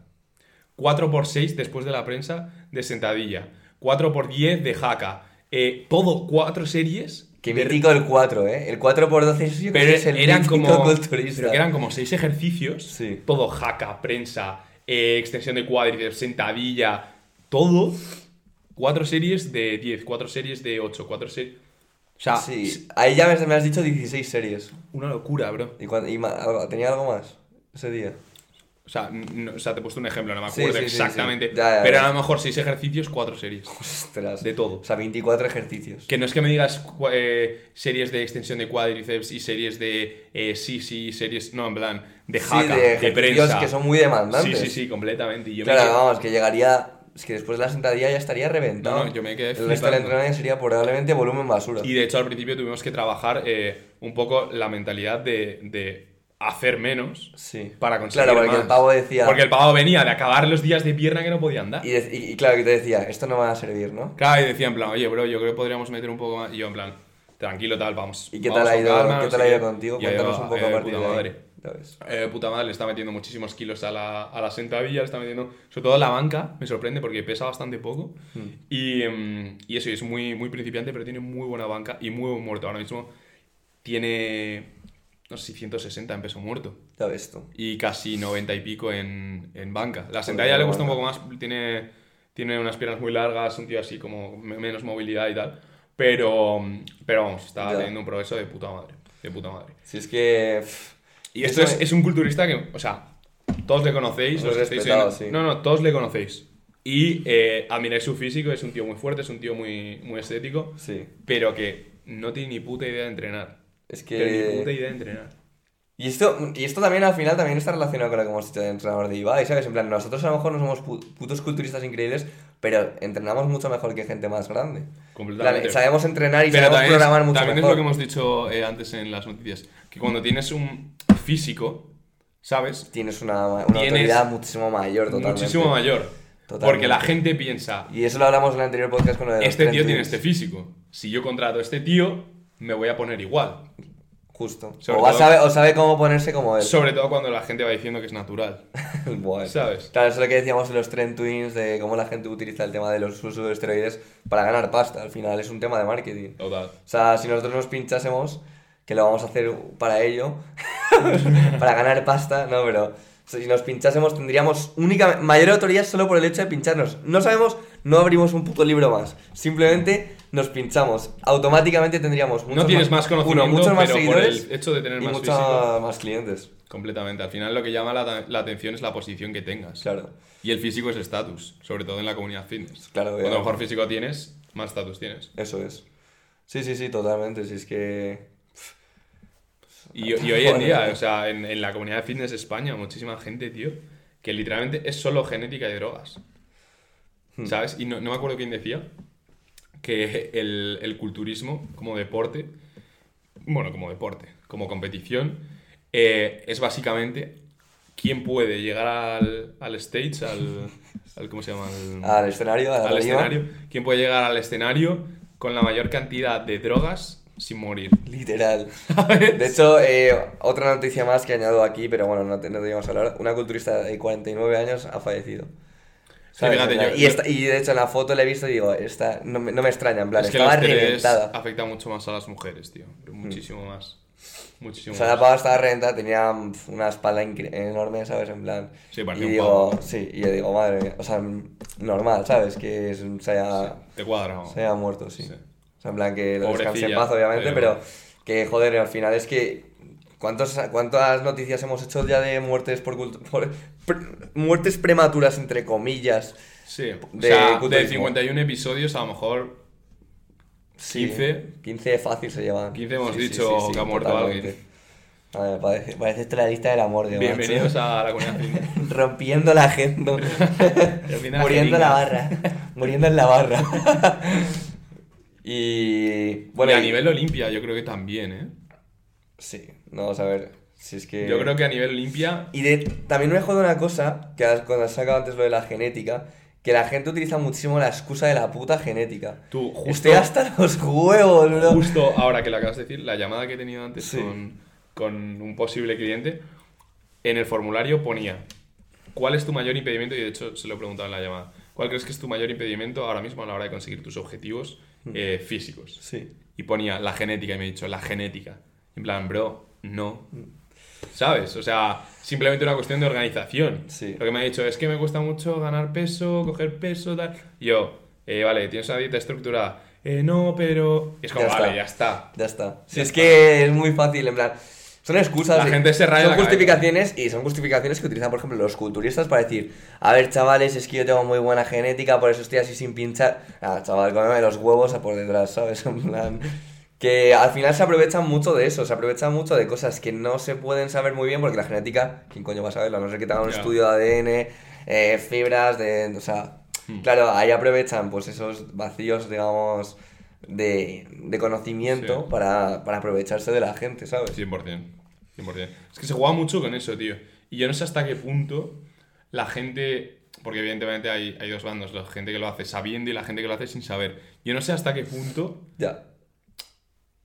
[SPEAKER 2] 4x6 después de la prensa de sentadilla, 4x10 de jaca, eh, todo cuatro series.
[SPEAKER 1] Que
[SPEAKER 2] de-
[SPEAKER 1] mítico el 4, ¿eh? El 4x12 yo creo
[SPEAKER 2] pero
[SPEAKER 1] que es el
[SPEAKER 2] eran
[SPEAKER 1] mítico
[SPEAKER 2] como,
[SPEAKER 1] culturista.
[SPEAKER 2] pero que eran como seis ejercicios,
[SPEAKER 1] Sí.
[SPEAKER 2] todo jaca, prensa, eh, extensión de cuádriceps, sentadilla, todo. Cuatro series de 10, cuatro series de 8, cuatro series... O sea,
[SPEAKER 1] sí. Ahí ya me, me has dicho 16 series.
[SPEAKER 2] una locura, bro.
[SPEAKER 1] ¿Y, cuan- y ma- algo- tenía algo más ese día?
[SPEAKER 2] O sea, no- o sea, te he puesto un ejemplo, no me
[SPEAKER 1] Sí,
[SPEAKER 2] acuerdo
[SPEAKER 1] sí, sí, sí.
[SPEAKER 2] exactamente.
[SPEAKER 1] Ya, ya,
[SPEAKER 2] pero
[SPEAKER 1] ya.
[SPEAKER 2] a lo mejor seis ejercicios, cuatro series.
[SPEAKER 1] Ostras.
[SPEAKER 2] De todo.
[SPEAKER 1] O sea, 24 ejercicios.
[SPEAKER 2] Que no es que me digas cua- eh, series de extensión de cuádriceps y series de eh, sí, sí, series. No, en plan, de
[SPEAKER 1] Sí,
[SPEAKER 2] jaca,
[SPEAKER 1] de
[SPEAKER 2] de,
[SPEAKER 1] ejercicios
[SPEAKER 2] prensa.
[SPEAKER 1] que son muy demandantes.
[SPEAKER 2] Sí, sí, sí, completamente. Y yo me
[SPEAKER 1] Claro,
[SPEAKER 2] quedo-
[SPEAKER 1] vamos, que llegaría. Es que después de la sentadilla ya estaría reventado.
[SPEAKER 2] No, no, yo me
[SPEAKER 1] El
[SPEAKER 2] quedé
[SPEAKER 1] resto del
[SPEAKER 2] flipando.
[SPEAKER 1] entrenamiento sería probablemente volumen basura.
[SPEAKER 2] Y de hecho al principio tuvimos que trabajar eh, un poco la mentalidad de, de hacer menos
[SPEAKER 1] Sí.
[SPEAKER 2] para conseguir
[SPEAKER 1] Claro, porque
[SPEAKER 2] más.
[SPEAKER 1] el pavo decía.
[SPEAKER 2] Porque el pavo venía de acabar los días de pierna que no podía andar.
[SPEAKER 1] Y, de- y- y claro, que te decía, esto no va a servir, ¿no?
[SPEAKER 2] Claro, y decía en plan, oye, bro, yo creo que podríamos meter un poco más. Y yo en plan, tranquilo, tal, vamos.
[SPEAKER 1] ¿Y qué
[SPEAKER 2] vamos
[SPEAKER 1] tal ha
[SPEAKER 2] con
[SPEAKER 1] ido,
[SPEAKER 2] calma,
[SPEAKER 1] qué
[SPEAKER 2] no
[SPEAKER 1] tal
[SPEAKER 2] sé
[SPEAKER 1] ha ido
[SPEAKER 2] qué.
[SPEAKER 1] contigo?
[SPEAKER 2] Y ahí
[SPEAKER 1] Cuéntanos
[SPEAKER 2] va,
[SPEAKER 1] un poco
[SPEAKER 2] eh,
[SPEAKER 1] a partir
[SPEAKER 2] puta
[SPEAKER 1] de ahí.
[SPEAKER 2] madre.
[SPEAKER 1] Ya ves.
[SPEAKER 2] Eh, puta madre, le está metiendo muchísimos kilos a la, a la sentadilla, le está metiendo. Sobre todo a la banca, me sorprende porque pesa bastante poco.
[SPEAKER 1] Mm.
[SPEAKER 2] Y, em, y eso, y es muy, muy principiante, pero tiene muy buena banca y muy buen muerto. Ahora mismo tiene, no sé si 160 en peso muerto
[SPEAKER 1] Ya ves tú.
[SPEAKER 2] y casi 90 y pico en, en banca. La sentadilla le cuesta un poco más, tiene, tiene unas piernas muy largas, un tío así como me- menos movilidad y tal. Pero, pero vamos, está
[SPEAKER 1] Ya.
[SPEAKER 2] teniendo un progreso de puta madre. De puta madre.
[SPEAKER 1] Si es que. pff,
[SPEAKER 2] Y esto
[SPEAKER 1] eso
[SPEAKER 2] es, es un culturista que, o sea, todos le conocéis.
[SPEAKER 1] Muy
[SPEAKER 2] los que estáis
[SPEAKER 1] respetado,
[SPEAKER 2] oyendo-
[SPEAKER 1] sí.
[SPEAKER 2] No, no, todos le conocéis. Y eh, admiráis su físico, es un tío muy fuerte, es un tío muy, muy estético,
[SPEAKER 1] Sí.
[SPEAKER 2] pero que no tiene ni puta idea de entrenar.
[SPEAKER 1] Es
[SPEAKER 2] Pero ni puta
[SPEAKER 1] que.
[SPEAKER 2] idea de entrenar.
[SPEAKER 1] Y esto, y esto también al final también está relacionado con lo que hemos dicho de entrenador de Ibai, ¿sabes? En plan, nosotros a lo mejor no somos pu- putos culturistas increíbles, pero entrenamos mucho mejor que gente más grande. En plan,
[SPEAKER 2] Completamente.
[SPEAKER 1] sabemos entrenar y
[SPEAKER 2] Pero
[SPEAKER 1] sabemos
[SPEAKER 2] también, es-
[SPEAKER 1] programar mucho
[SPEAKER 2] también es
[SPEAKER 1] mejor.
[SPEAKER 2] lo que hemos dicho eh, antes en las noticias, que cuando tienes un físico, ¿sabes?
[SPEAKER 1] Tienes una, una
[SPEAKER 2] Tienes
[SPEAKER 1] autoridad muchísimo mayor, totalmente.
[SPEAKER 2] Muchísimo mayor.
[SPEAKER 1] Totalmente.
[SPEAKER 2] Porque la gente piensa,
[SPEAKER 1] Y eso lo hablamos en el anterior podcast con lo de los
[SPEAKER 2] este
[SPEAKER 1] trend
[SPEAKER 2] tío tiene
[SPEAKER 1] tweets.
[SPEAKER 2] este físico. Si yo contrato a este tío, me voy a poner igual.
[SPEAKER 1] Justo.
[SPEAKER 2] Sobre
[SPEAKER 1] o, va-
[SPEAKER 2] todo-
[SPEAKER 1] sabe, o sabe cómo ponerse como él.
[SPEAKER 2] Sobre todo cuando la gente va diciendo que es natural.
[SPEAKER 1] Buah.
[SPEAKER 2] ¿Sabes?
[SPEAKER 1] Claro, eso es lo que decíamos en los Trend Twins, de cómo la gente utiliza el tema de los usos de esteroides para ganar pasta. Al final es un tema de marketing.
[SPEAKER 2] Total.
[SPEAKER 1] O sea, si nosotros nos pinchásemos, que lo vamos a hacer para ello, para ganar pasta, no, pero si nos pinchásemos tendríamos única, mayor autoridad solo por el hecho de pincharnos. No sabemos, no abrimos un puto libro más. Simplemente nos pinchamos. Automáticamente tendríamos muchos
[SPEAKER 2] no tienes más conocimiento,
[SPEAKER 1] uno, muchos más
[SPEAKER 2] pero por
[SPEAKER 1] seguidores
[SPEAKER 2] el hecho de tener
[SPEAKER 1] y
[SPEAKER 2] más
[SPEAKER 1] mucha-
[SPEAKER 2] físico,
[SPEAKER 1] más clientes.
[SPEAKER 2] completamente. Al final lo que llama la, la atención es la posición que tengas.
[SPEAKER 1] Claro.
[SPEAKER 2] Y el físico es estatus, sobre todo en la comunidad fitness.
[SPEAKER 1] Claro,
[SPEAKER 2] Cuanto
[SPEAKER 1] obviamente.
[SPEAKER 2] mejor físico tienes, más estatus tienes.
[SPEAKER 1] Eso es. Sí, sí, sí, totalmente. Si es que.
[SPEAKER 2] Y, y hoy en día,
[SPEAKER 1] Joder.
[SPEAKER 2] o sea, en, en la comunidad de fitness España, muchísima gente, tío, que literalmente es solo genética y drogas.
[SPEAKER 1] Hmm.
[SPEAKER 2] ¿Sabes? Y no, no me acuerdo quién decía que el, el culturismo como deporte, bueno, como deporte, como competición, eh, es básicamente quién puede llegar al, al stage, al, al- ¿Cómo se llama? Al-
[SPEAKER 1] Al escenario, a la
[SPEAKER 2] al
[SPEAKER 1] tarima.
[SPEAKER 2] escenario. ¿Quién puede llegar al escenario con la mayor cantidad de drogas sin morir?
[SPEAKER 1] Literal. De hecho, eh, otra noticia más que añado aquí, pero bueno, no, te- no debíamos hablar. Una culturista de 49 años ha fallecido. ¿Sabes?
[SPEAKER 2] fíjate,
[SPEAKER 1] En plan,
[SPEAKER 2] yo-
[SPEAKER 1] y,
[SPEAKER 2] yo-
[SPEAKER 1] esta- y de hecho, en la foto la he visto y digo, esta, no, me, no me extraña, en plan,
[SPEAKER 2] es que
[SPEAKER 1] estaba
[SPEAKER 2] la estrés
[SPEAKER 1] reventada.
[SPEAKER 2] afecta mucho más a las mujeres, tío. Pero Muchísimo más. Muchísimo
[SPEAKER 1] O sea,
[SPEAKER 2] más.
[SPEAKER 1] la pava estaba reventada, tenía pf, una espalda incre- enorme, ¿sabes? En plan.
[SPEAKER 2] Sí,
[SPEAKER 1] y
[SPEAKER 2] parecía un
[SPEAKER 1] digo, sí, y yo digo, madre mía, o sea, normal, ¿sabes? Que es- se haya,
[SPEAKER 2] Te cuadra, vamos.
[SPEAKER 1] Se ha muerto, sí.
[SPEAKER 2] Sí.
[SPEAKER 1] O sea, en plan que lo
[SPEAKER 2] Pobrecilla, eh,
[SPEAKER 1] descanse en paz, obviamente,
[SPEAKER 2] pero-
[SPEAKER 1] pero que joder, al final es que. ¿Cuántos, ¿Cuántas noticias hemos hecho ya de muertes por, cult- por- pre- muertes prematuras, entre comillas?
[SPEAKER 2] Sí. o
[SPEAKER 1] de
[SPEAKER 2] sea, de
[SPEAKER 1] culturismo.
[SPEAKER 2] 51 episodios, a lo mejor
[SPEAKER 1] Sí,
[SPEAKER 2] 15.
[SPEAKER 1] 15 fácil se llevan.
[SPEAKER 2] 15 hemos dicho que ha muerto alguien.
[SPEAKER 1] A ver, parece, parece esto la lista del amor de macho.
[SPEAKER 2] bienvenidos a la comunidad fitness.
[SPEAKER 1] Rompiendo la agenda.
[SPEAKER 2] Rompiendo la
[SPEAKER 1] muriendo en la
[SPEAKER 2] jeringa.
[SPEAKER 1] barra. Muriendo en la barra. y. Bueno,
[SPEAKER 2] y a
[SPEAKER 1] y-
[SPEAKER 2] nivel Olimpia, yo creo que también, ¿eh?
[SPEAKER 1] Sí, no, vamos a ver. Si es que.
[SPEAKER 2] Yo creo que a nivel Olimpia.
[SPEAKER 1] Y de, también me jode una cosa, que has- cuando has sacado antes lo de la genética, que la gente utiliza muchísimo la excusa de la puta genética.
[SPEAKER 2] Tú, justo-
[SPEAKER 1] Estoy hasta los huevos, bro.
[SPEAKER 2] Justo ahora que lo acabas de decir, la llamada que he tenido antes
[SPEAKER 1] Sí.
[SPEAKER 2] con, con un posible cliente, en el formulario ponía, ¿cuál es tu mayor impedimento? Y de hecho se lo he preguntado en la llamada, ¿cuál crees que es tu mayor impedimento ahora mismo a la hora de conseguir tus objetivos eh, físicos?
[SPEAKER 1] Sí.
[SPEAKER 2] Y ponía la genética y me he dicho, la genética. En plan, bro, no. ¿Sabes? O sea, simplemente una cuestión de organización.
[SPEAKER 1] Sí.
[SPEAKER 2] Lo que me ha dicho es que me cuesta mucho ganar peso, coger peso, tal. Y Yo, eh, vale, tienes una dieta estructurada, eh, no, pero... Y es como,
[SPEAKER 1] Ya
[SPEAKER 2] vale,
[SPEAKER 1] está.
[SPEAKER 2] ya está.
[SPEAKER 1] Ya está. Si
[SPEAKER 2] Ya
[SPEAKER 1] es
[SPEAKER 2] está.
[SPEAKER 1] que es muy fácil, en plan. Son excusas.
[SPEAKER 2] La
[SPEAKER 1] eh,
[SPEAKER 2] gente se raya
[SPEAKER 1] Son
[SPEAKER 2] la cabeza.
[SPEAKER 1] justificaciones y son justificaciones que utilizan, por ejemplo, los culturistas para decir: A ver, chavales, es que yo tengo muy buena genética, por eso estoy así sin pinchar. Ah, chaval, cómeme los huevos a por detrás, ¿sabes? En plan. Que al final se aprovechan mucho de eso, se aprovechan mucho de cosas que no se pueden saber muy bien porque la genética, ¿quién coño va a saberlo? A no ser que te haga un
[SPEAKER 2] Ya.
[SPEAKER 1] estudio de ADN, eh, fibras, de. O sea.
[SPEAKER 2] Hmm.
[SPEAKER 1] Claro, ahí aprovechan pues esos vacíos, digamos, de, de conocimiento
[SPEAKER 2] Sí.
[SPEAKER 1] para, para aprovecharse de la gente, ¿sabes?
[SPEAKER 2] 100%. 100%. Es que se jugaba mucho con eso, tío. Y yo no sé hasta qué punto la gente. Porque evidentemente hay, hay dos bandos: la gente que lo hace sabiendo y la gente que lo hace sin saber. Yo no sé hasta qué punto
[SPEAKER 1] Ya.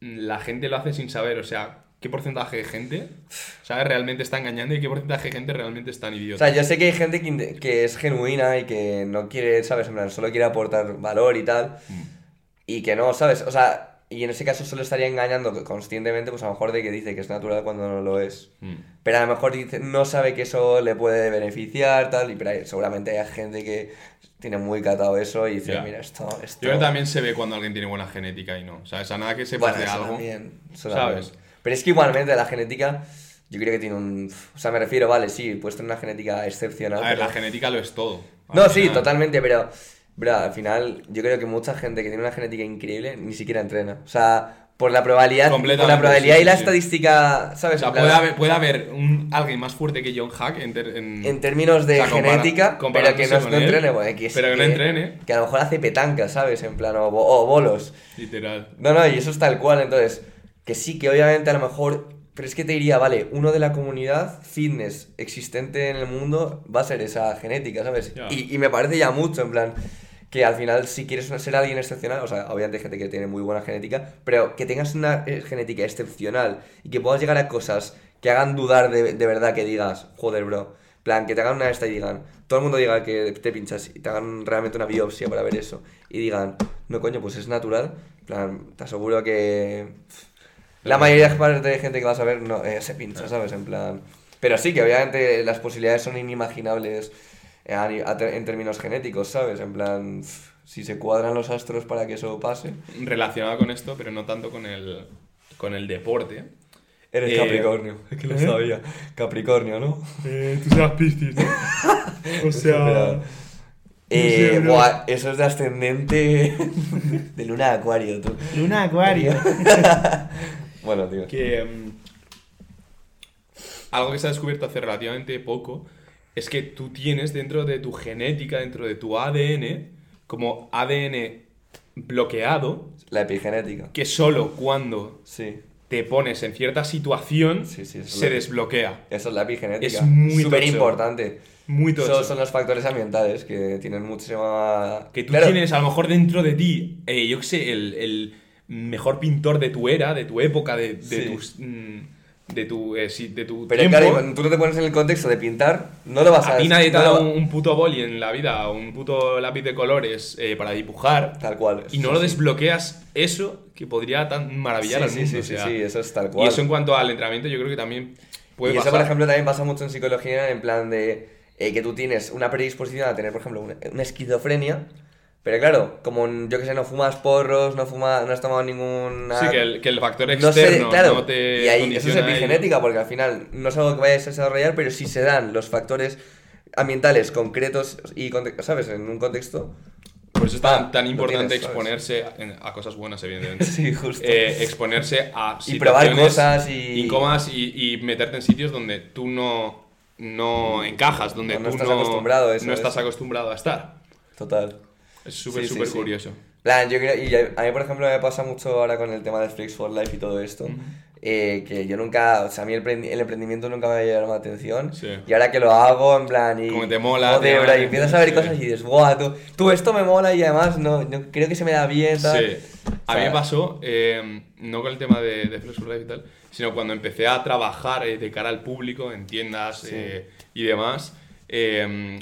[SPEAKER 2] la gente lo hace sin saber. O sea, qué porcentaje de gente ¿sabes? realmente está engañando y qué porcentaje de gente realmente está en
[SPEAKER 1] O
[SPEAKER 2] idiota.
[SPEAKER 1] sea, yo sé que hay gente que, inte- que es genuina y que no quiere, ¿sabes? En plan, solo quiere aportar valor y tal.
[SPEAKER 2] Mm,
[SPEAKER 1] Y que no, ¿sabes? O sea, y en ese caso solo estaría engañando conscientemente, pues a lo mejor de que dice que es natural cuando no lo es.
[SPEAKER 2] Mm.
[SPEAKER 1] Pero a lo mejor dice, no sabe que eso le puede beneficiar, tal, y pero hay- seguramente hay gente que tiene muy catado eso y dice,
[SPEAKER 2] Ya.
[SPEAKER 1] mira, esto, esto...
[SPEAKER 2] Yo creo que también se ve cuando alguien tiene buena genética y no. ¿Sabes? A nada que
[SPEAKER 1] Bueno,
[SPEAKER 2] sepas pues, de
[SPEAKER 1] eso
[SPEAKER 2] algo.
[SPEAKER 1] también, eso
[SPEAKER 2] ¿sabes?
[SPEAKER 1] también. Pero es que igualmente la genética, yo creo que tiene un... O sea, me refiero, vale, sí, puedes tener una genética excepcional.
[SPEAKER 2] A ver,
[SPEAKER 1] pero-
[SPEAKER 2] la genética lo es todo.
[SPEAKER 1] No,
[SPEAKER 2] Al
[SPEAKER 1] sí,
[SPEAKER 2] final.
[SPEAKER 1] totalmente, pero... Bro, al final yo creo que mucha gente que tiene una genética increíble ni siquiera entrena. O sea, por la probabilidad, por
[SPEAKER 2] Completamente,
[SPEAKER 1] la probabilidad
[SPEAKER 2] sí,
[SPEAKER 1] y la
[SPEAKER 2] sí.
[SPEAKER 1] estadística, ¿sabes?
[SPEAKER 2] O sea,
[SPEAKER 1] En plan,
[SPEAKER 2] puede haber, puede haber un, alguien más fuerte que John Hack en, ter- en-
[SPEAKER 1] En términos de
[SPEAKER 2] O sea, compara-
[SPEAKER 1] genética, pero que
[SPEAKER 2] comparándose
[SPEAKER 1] no,
[SPEAKER 2] con
[SPEAKER 1] no
[SPEAKER 2] él,
[SPEAKER 1] entrene, bueno, que,
[SPEAKER 2] pero que no entrene.
[SPEAKER 1] Que a lo mejor hace petancas, ¿sabes? En plan, o, bo- o bolos.
[SPEAKER 2] Literal.
[SPEAKER 1] No, no, y eso es tal cual, entonces, que sí, que obviamente a lo mejor, pero es que te diría, vale, uno de la comunidad fitness existente en el mundo va a ser esa genética, ¿sabes?
[SPEAKER 2] Ya.
[SPEAKER 1] Y, y me parece ya mucho, en plan, que al final si quieres ser alguien excepcional, o sea, obviamente hay gente que tiene muy buena genética, pero que tengas una eh, genética excepcional y que puedas llegar a cosas que hagan dudar de, de verdad, que digas, joder, bro. en Plan, que te hagan una esta y digan, todo el mundo diga que te pinchas y te hagan realmente una biopsia para ver eso. Y digan, no coño, pues es natural. En plan, te aseguro que la mayoría de gente que vas a ver no, eh, se pincha, ¿sabes? En plan. Pero sí, que obviamente las posibilidades son inimaginables eh, a ni- a ter- en términos genéticos, ¿sabes? En plan, pf, si se cuadran los astros para que eso pase.
[SPEAKER 2] Relacionado con esto, pero no tanto con el, con el deporte.
[SPEAKER 1] Eres
[SPEAKER 2] Eh,
[SPEAKER 1] Capricornio, es que lo sabía. Capricornio, ¿no?
[SPEAKER 2] tú seas Piscis, O
[SPEAKER 1] Espera. Eh,
[SPEAKER 2] sé, bro.
[SPEAKER 1] buah, eso es de ascendente de luna de acuario, tú.
[SPEAKER 2] Luna
[SPEAKER 1] Bueno, tío.
[SPEAKER 2] que mm, algo que se ha descubierto hace relativamente poco es que tú tienes dentro de tu genética, dentro de tu ADN, como ADN bloqueado,
[SPEAKER 1] La epigenética.
[SPEAKER 2] que solo cuando
[SPEAKER 1] Sí.
[SPEAKER 2] te pones en cierta situación
[SPEAKER 1] Sí, sí, eso
[SPEAKER 2] se
[SPEAKER 1] lo-
[SPEAKER 2] desbloquea.
[SPEAKER 1] Eso es la epigenética.
[SPEAKER 2] Es muy
[SPEAKER 1] súper
[SPEAKER 2] tocho.
[SPEAKER 1] importante.
[SPEAKER 2] Muy
[SPEAKER 1] Eso
[SPEAKER 2] tocho.
[SPEAKER 1] son los factores ambientales que tienen muchísima.
[SPEAKER 2] Que tú
[SPEAKER 1] Claro,
[SPEAKER 2] tienes a lo mejor dentro de ti, eh, yo qué sé, el, el mejor pintor de tu era, de tu época, de, de
[SPEAKER 1] Sí.
[SPEAKER 2] tus... mm, de tu, eh, sí, de tu
[SPEAKER 1] Pero
[SPEAKER 2] tiempo.
[SPEAKER 1] claro, cuando tú no te pones en el contexto de pintar, no lo vas a.
[SPEAKER 2] A ti nadie te
[SPEAKER 1] no
[SPEAKER 2] ha
[SPEAKER 1] lo
[SPEAKER 2] dado
[SPEAKER 1] va-
[SPEAKER 2] un, un puto boli en la vida, un puto lápiz de colores eh, para dibujar.
[SPEAKER 1] Tal cual.
[SPEAKER 2] Y no
[SPEAKER 1] sí,
[SPEAKER 2] lo
[SPEAKER 1] sí.
[SPEAKER 2] desbloqueas eso que podría tan maravillar
[SPEAKER 1] Sí,
[SPEAKER 2] al
[SPEAKER 1] sí,
[SPEAKER 2] mundo.
[SPEAKER 1] sí,
[SPEAKER 2] o
[SPEAKER 1] sí,
[SPEAKER 2] sea.
[SPEAKER 1] sí, eso es tal
[SPEAKER 2] Y
[SPEAKER 1] cual.
[SPEAKER 2] eso en cuanto al entrenamiento, yo creo que también puede
[SPEAKER 1] Y eso,
[SPEAKER 2] pasar.
[SPEAKER 1] por ejemplo, también pasa mucho en psicología, en plan de eh, que tú tienes una predisposición a tener, por ejemplo, una, una esquizofrenia. Pero claro, como n- yo que sé, no fumas porros, no fumas, no has tomado ninguna.
[SPEAKER 2] sí, que el, que el factor
[SPEAKER 1] no sé,
[SPEAKER 2] externo no,
[SPEAKER 1] claro,
[SPEAKER 2] te.
[SPEAKER 1] y ahí eso es
[SPEAKER 2] condiciona y-
[SPEAKER 1] epigenética porque al final no es algo que vayas a desarrollar pero si se dan los factores ambientales concretos y conte- sabes en un contexto
[SPEAKER 2] Por eso es tan,
[SPEAKER 1] Ah,
[SPEAKER 2] tan
[SPEAKER 1] lo
[SPEAKER 2] importante
[SPEAKER 1] tienes,
[SPEAKER 2] exponerse en- a cosas buenas, evidentemente.
[SPEAKER 1] Sí, justo.
[SPEAKER 2] Eh, exponerse a
[SPEAKER 1] Y probar
[SPEAKER 2] situaciones
[SPEAKER 1] cosas y-
[SPEAKER 2] incómodas y, y meterte en sitios donde tú no, no encajas, donde
[SPEAKER 1] Mm, No, no
[SPEAKER 2] tú
[SPEAKER 1] estás
[SPEAKER 2] no,
[SPEAKER 1] acostumbrado, eso
[SPEAKER 2] no
[SPEAKER 1] es.
[SPEAKER 2] estás acostumbrado a estar.
[SPEAKER 1] total
[SPEAKER 2] Es súper,
[SPEAKER 1] Sí, sí,
[SPEAKER 2] súper
[SPEAKER 1] sí.
[SPEAKER 2] curioso.
[SPEAKER 1] Plan, yo creo, y yo- a mí, por ejemplo, me pasa mucho ahora con el tema de Freaks for Life y todo esto,
[SPEAKER 2] Ujú.
[SPEAKER 1] eh, que yo nunca, o sea, a mí el, prendi- el emprendimiento nunca me ha llamado la atención,
[SPEAKER 2] Sí.
[SPEAKER 1] y ahora que lo hago, en plan, y...
[SPEAKER 2] Como te mola, eh.
[SPEAKER 1] joder,
[SPEAKER 2] te
[SPEAKER 1] bro,
[SPEAKER 2] llama la
[SPEAKER 1] y empiezas a ver
[SPEAKER 2] atención,
[SPEAKER 1] cosas y dices, guau, tú, tú, esto me mola y además no, no- creo que se me da bien,
[SPEAKER 2] Sí.
[SPEAKER 1] tal.
[SPEAKER 2] A mí
[SPEAKER 1] O
[SPEAKER 2] me
[SPEAKER 1] sea,
[SPEAKER 2] pasó, eh, no con el tema de, de Flex for Life y tal, sino cuando empecé a trabajar eh, de cara al público en tiendas eh, y demás, eh,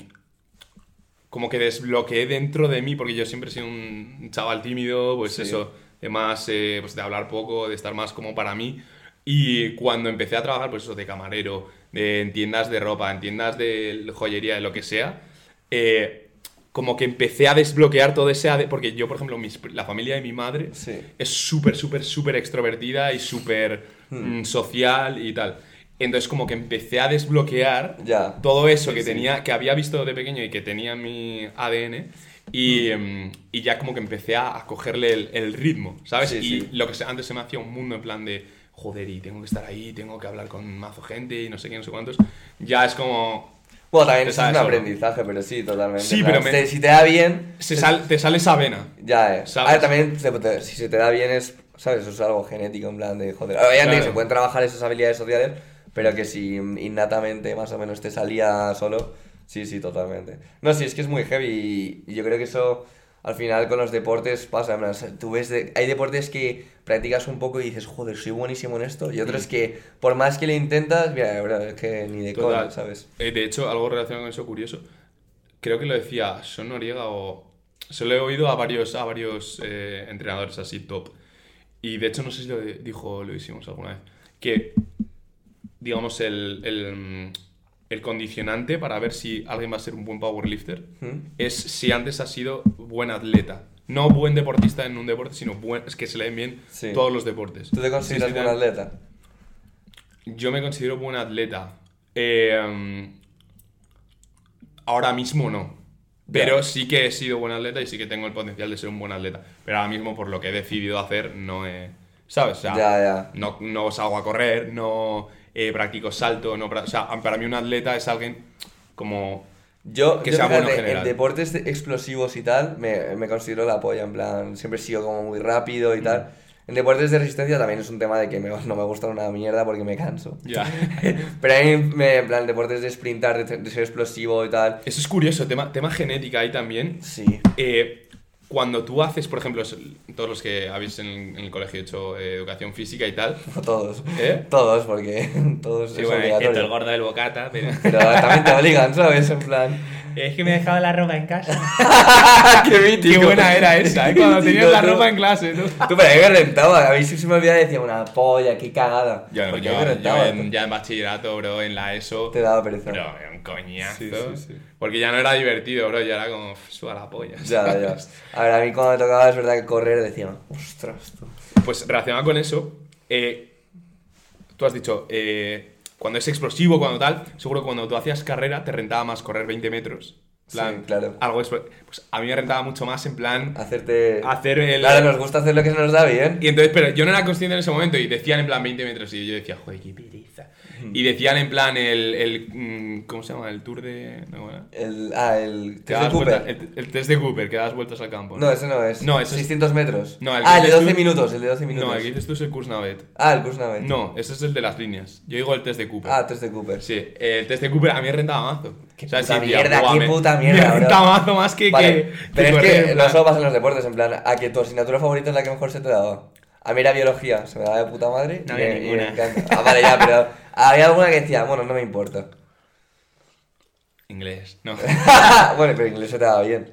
[SPEAKER 2] como que desbloqueé dentro de mí, porque yo siempre he sido un chaval tímido, pues
[SPEAKER 1] Sí.
[SPEAKER 2] eso, de más, eh, pues de hablar poco, de estar más como para mí. Y cuando empecé a trabajar, pues eso, de camarero, de, en tiendas de ropa, en tiendas de joyería, de lo que sea, eh, como que empecé a desbloquear todo ese... AD porque yo, por ejemplo, mis pr- la familia de mi madre
[SPEAKER 1] Sí.
[SPEAKER 2] es súper, súper, súper extrovertida y súper mm, social y tal. Entonces como que empecé a desbloquear
[SPEAKER 1] Ya.
[SPEAKER 2] todo eso que
[SPEAKER 1] sí.
[SPEAKER 2] tenía, que había visto de pequeño y que tenía en mi ADN y,
[SPEAKER 1] Mm.
[SPEAKER 2] em, y ya como que empecé a, a cogerle el, el ritmo, ¿sabes?
[SPEAKER 1] Sí,
[SPEAKER 2] y
[SPEAKER 1] sí.
[SPEAKER 2] lo que se- antes se me hacía un mundo en plan de, joder, y tengo que estar ahí, tengo que hablar con mazo gente y no sé qué, no sé cuántos, ya es como...
[SPEAKER 1] Bueno, también
[SPEAKER 2] Te
[SPEAKER 1] eso es
[SPEAKER 2] sale
[SPEAKER 1] un
[SPEAKER 2] solo.
[SPEAKER 1] aprendizaje, pero sí, totalmente.
[SPEAKER 2] Sí,
[SPEAKER 1] En plan,
[SPEAKER 2] pero me-
[SPEAKER 1] te- si te da bien.
[SPEAKER 2] Se
[SPEAKER 1] es-
[SPEAKER 2] sal- te sale esa vena.
[SPEAKER 1] Ya, eh.
[SPEAKER 2] ¿Sabes?
[SPEAKER 1] A ver, también, se- te- si se te da bien, es. ¿Sabes? Eso es algo genético, en plan de joder. Obviamente
[SPEAKER 2] Claro.
[SPEAKER 1] que se pueden trabajar esas habilidades sociales, pero que si innatamente más o menos te salía solo. Sí, sí, totalmente. No, sí, es que es muy heavy y yo creo que eso. Al final con los deportes pasa, en plan, tú ves, de- hay deportes que practicas un poco y dices, joder, soy buenísimo en esto, y
[SPEAKER 2] Mm.
[SPEAKER 1] otros que por más que le intentas, mira, la verdad es que ni de coña,
[SPEAKER 2] Total.
[SPEAKER 1] ¿sabes?
[SPEAKER 2] Eh, de hecho, algo relacionado con eso curioso, creo que lo decía Son Noriega o... Se lo he oído a varios, a varios eh, entrenadores así top. Y de hecho, no sé si lo de- dijo, lo hicimos alguna vez, que, digamos, el, el, mm, el condicionante para ver si alguien va a ser un buen powerlifter
[SPEAKER 1] ¿Mm?
[SPEAKER 2] es si antes ha sido buen atleta. No buen deportista en un deporte, sino buen, es que se le den bien
[SPEAKER 1] Sí.
[SPEAKER 2] todos los deportes.
[SPEAKER 1] ¿Tú te
[SPEAKER 2] Sí,
[SPEAKER 1] consideras
[SPEAKER 2] sí,
[SPEAKER 1] buen
[SPEAKER 2] te-
[SPEAKER 1] atleta?
[SPEAKER 2] yo me considero buen atleta. Eh, ahora mismo no. Pero
[SPEAKER 1] Ya.
[SPEAKER 2] sí que he sido buen atleta y sí que tengo el potencial de ser un buen atleta. Pero ahora mismo, por lo que he decidido hacer, no he. ¿Sabes? O sea,
[SPEAKER 1] Ya, ya.
[SPEAKER 2] No, no salgo a correr, no eh, practico salto. No, pra- o sea, para mí, un atleta es alguien como.
[SPEAKER 1] Yo,
[SPEAKER 2] Que
[SPEAKER 1] yo,
[SPEAKER 2] sea bueno en
[SPEAKER 1] fíjate, en
[SPEAKER 2] general.
[SPEAKER 1] deportes de- explosivos y tal, me, me considero la polla, en plan, siempre he sido como muy rápido y tal. En deportes de resistencia también es un tema de que me- no me gusta una mierda porque me canso.
[SPEAKER 2] Ya.
[SPEAKER 1] Pero a mí, me- en plan, deportes de sprintar, de, de ser explosivo y tal,
[SPEAKER 2] Eso es curioso, tema, tema genética ahí también.
[SPEAKER 1] sí.
[SPEAKER 2] Eh, cuando tú haces, por ejemplo, es- todos los que habéis en, en el colegio hecho eh, educación física y tal,
[SPEAKER 1] Todos.
[SPEAKER 2] ¿Eh?
[SPEAKER 1] Todos, porque todos
[SPEAKER 2] Sí,
[SPEAKER 1] es
[SPEAKER 2] bueno, excepto el
[SPEAKER 1] obligatorio.
[SPEAKER 2] gordo del bocata, pero...
[SPEAKER 1] Pero también te obligan, ¿sabes? En plan...
[SPEAKER 2] es que me he dejado la ropa en casa.
[SPEAKER 1] ¡Qué mítico!
[SPEAKER 2] Ah, Qué buena era esa, ¿eh? Cuando
[SPEAKER 1] Qué
[SPEAKER 2] tenías la
[SPEAKER 1] mítico, tú.
[SPEAKER 2] ropa en clase, tú.
[SPEAKER 1] Tú, pero a mí me rentaba. A mí sí se me olvidaba y decía una polla, qué cagada.
[SPEAKER 2] Ya, no,
[SPEAKER 1] Porque
[SPEAKER 2] yo,
[SPEAKER 1] a mí me
[SPEAKER 2] yo
[SPEAKER 1] rentaba.
[SPEAKER 2] en, ya en bachillerato, bro, en la ESO,
[SPEAKER 1] Te daba pereza.
[SPEAKER 2] bro, era un coñazo.
[SPEAKER 3] Sí, sí, sí.
[SPEAKER 2] Porque ya no era divertido, bro, ya era como, "Pff, suba la polla.
[SPEAKER 1] Ya, ya.
[SPEAKER 2] ¿sabes?
[SPEAKER 1] A ver, a mí cuando me tocaba es verdad que correr decía, ostras, tú.
[SPEAKER 2] Pues relacionado con eso, eh, tú has dicho, eh, cuando es explosivo, cuando tal, seguro que cuando tú hacías carrera te rentaba más correr 20 metros. Plan,
[SPEAKER 1] Sí, claro.
[SPEAKER 2] Algo explo- Pues a mí me rentaba mucho más en plan
[SPEAKER 1] Hacerte...
[SPEAKER 2] hacer el...
[SPEAKER 1] Ah, Claro, nos gusta hacer lo que se nos da bien.
[SPEAKER 2] Y entonces, pero yo no era consciente en ese momento y decían en plan 20 metros y yo decía, joder, qué pereza. Y decían en plan el, el, mm, ¿cómo se llama? El tour de... No, ¿verdad?
[SPEAKER 1] El, ah, el...
[SPEAKER 2] Que
[SPEAKER 1] ¿Te
[SPEAKER 2] dabas
[SPEAKER 1] Cooper?
[SPEAKER 2] vuelta- el, el test de Cooper, que das vueltas al campo.
[SPEAKER 1] No, ese no es.
[SPEAKER 2] No, eso es-
[SPEAKER 1] 600 metros.
[SPEAKER 2] No, el
[SPEAKER 1] ah,
[SPEAKER 2] que
[SPEAKER 1] el de
[SPEAKER 2] dices
[SPEAKER 1] 12
[SPEAKER 2] tú-
[SPEAKER 1] minutos, el de 12 minutos.
[SPEAKER 2] No, el que dices tú es el Kursnavet.
[SPEAKER 1] Ah, el Kursnave.
[SPEAKER 2] No, ese es el de las líneas. Yo digo el test de Cooper.
[SPEAKER 1] Ah, 3 de Cooper.
[SPEAKER 2] Sí, el test de Cooper a mí me rentaba mazo.
[SPEAKER 1] Qué
[SPEAKER 2] O sea,
[SPEAKER 1] puta
[SPEAKER 2] sí, decía,
[SPEAKER 1] mierda,
[SPEAKER 2] "Buah,
[SPEAKER 1] qué
[SPEAKER 2] me-
[SPEAKER 1] puta mierda, bro".
[SPEAKER 2] Me rentaba mazo más que...
[SPEAKER 1] Vale,
[SPEAKER 2] que-
[SPEAKER 1] pero es
[SPEAKER 2] correr,
[SPEAKER 1] que
[SPEAKER 2] en
[SPEAKER 1] no
[SPEAKER 2] plan.
[SPEAKER 1] solo pasa en los deportes, en plan, a que tu asignatura favorita es la que mejor se te daba. A mí era biología, se me daba de puta madre.
[SPEAKER 2] No
[SPEAKER 1] y me-
[SPEAKER 2] había
[SPEAKER 1] y me
[SPEAKER 2] ninguna.
[SPEAKER 1] encanta. Ah, vale, ya, pero había alguna que decía, bueno, no me importa.
[SPEAKER 2] Inglés, no.
[SPEAKER 1] bueno, pero inglés se te daba bien.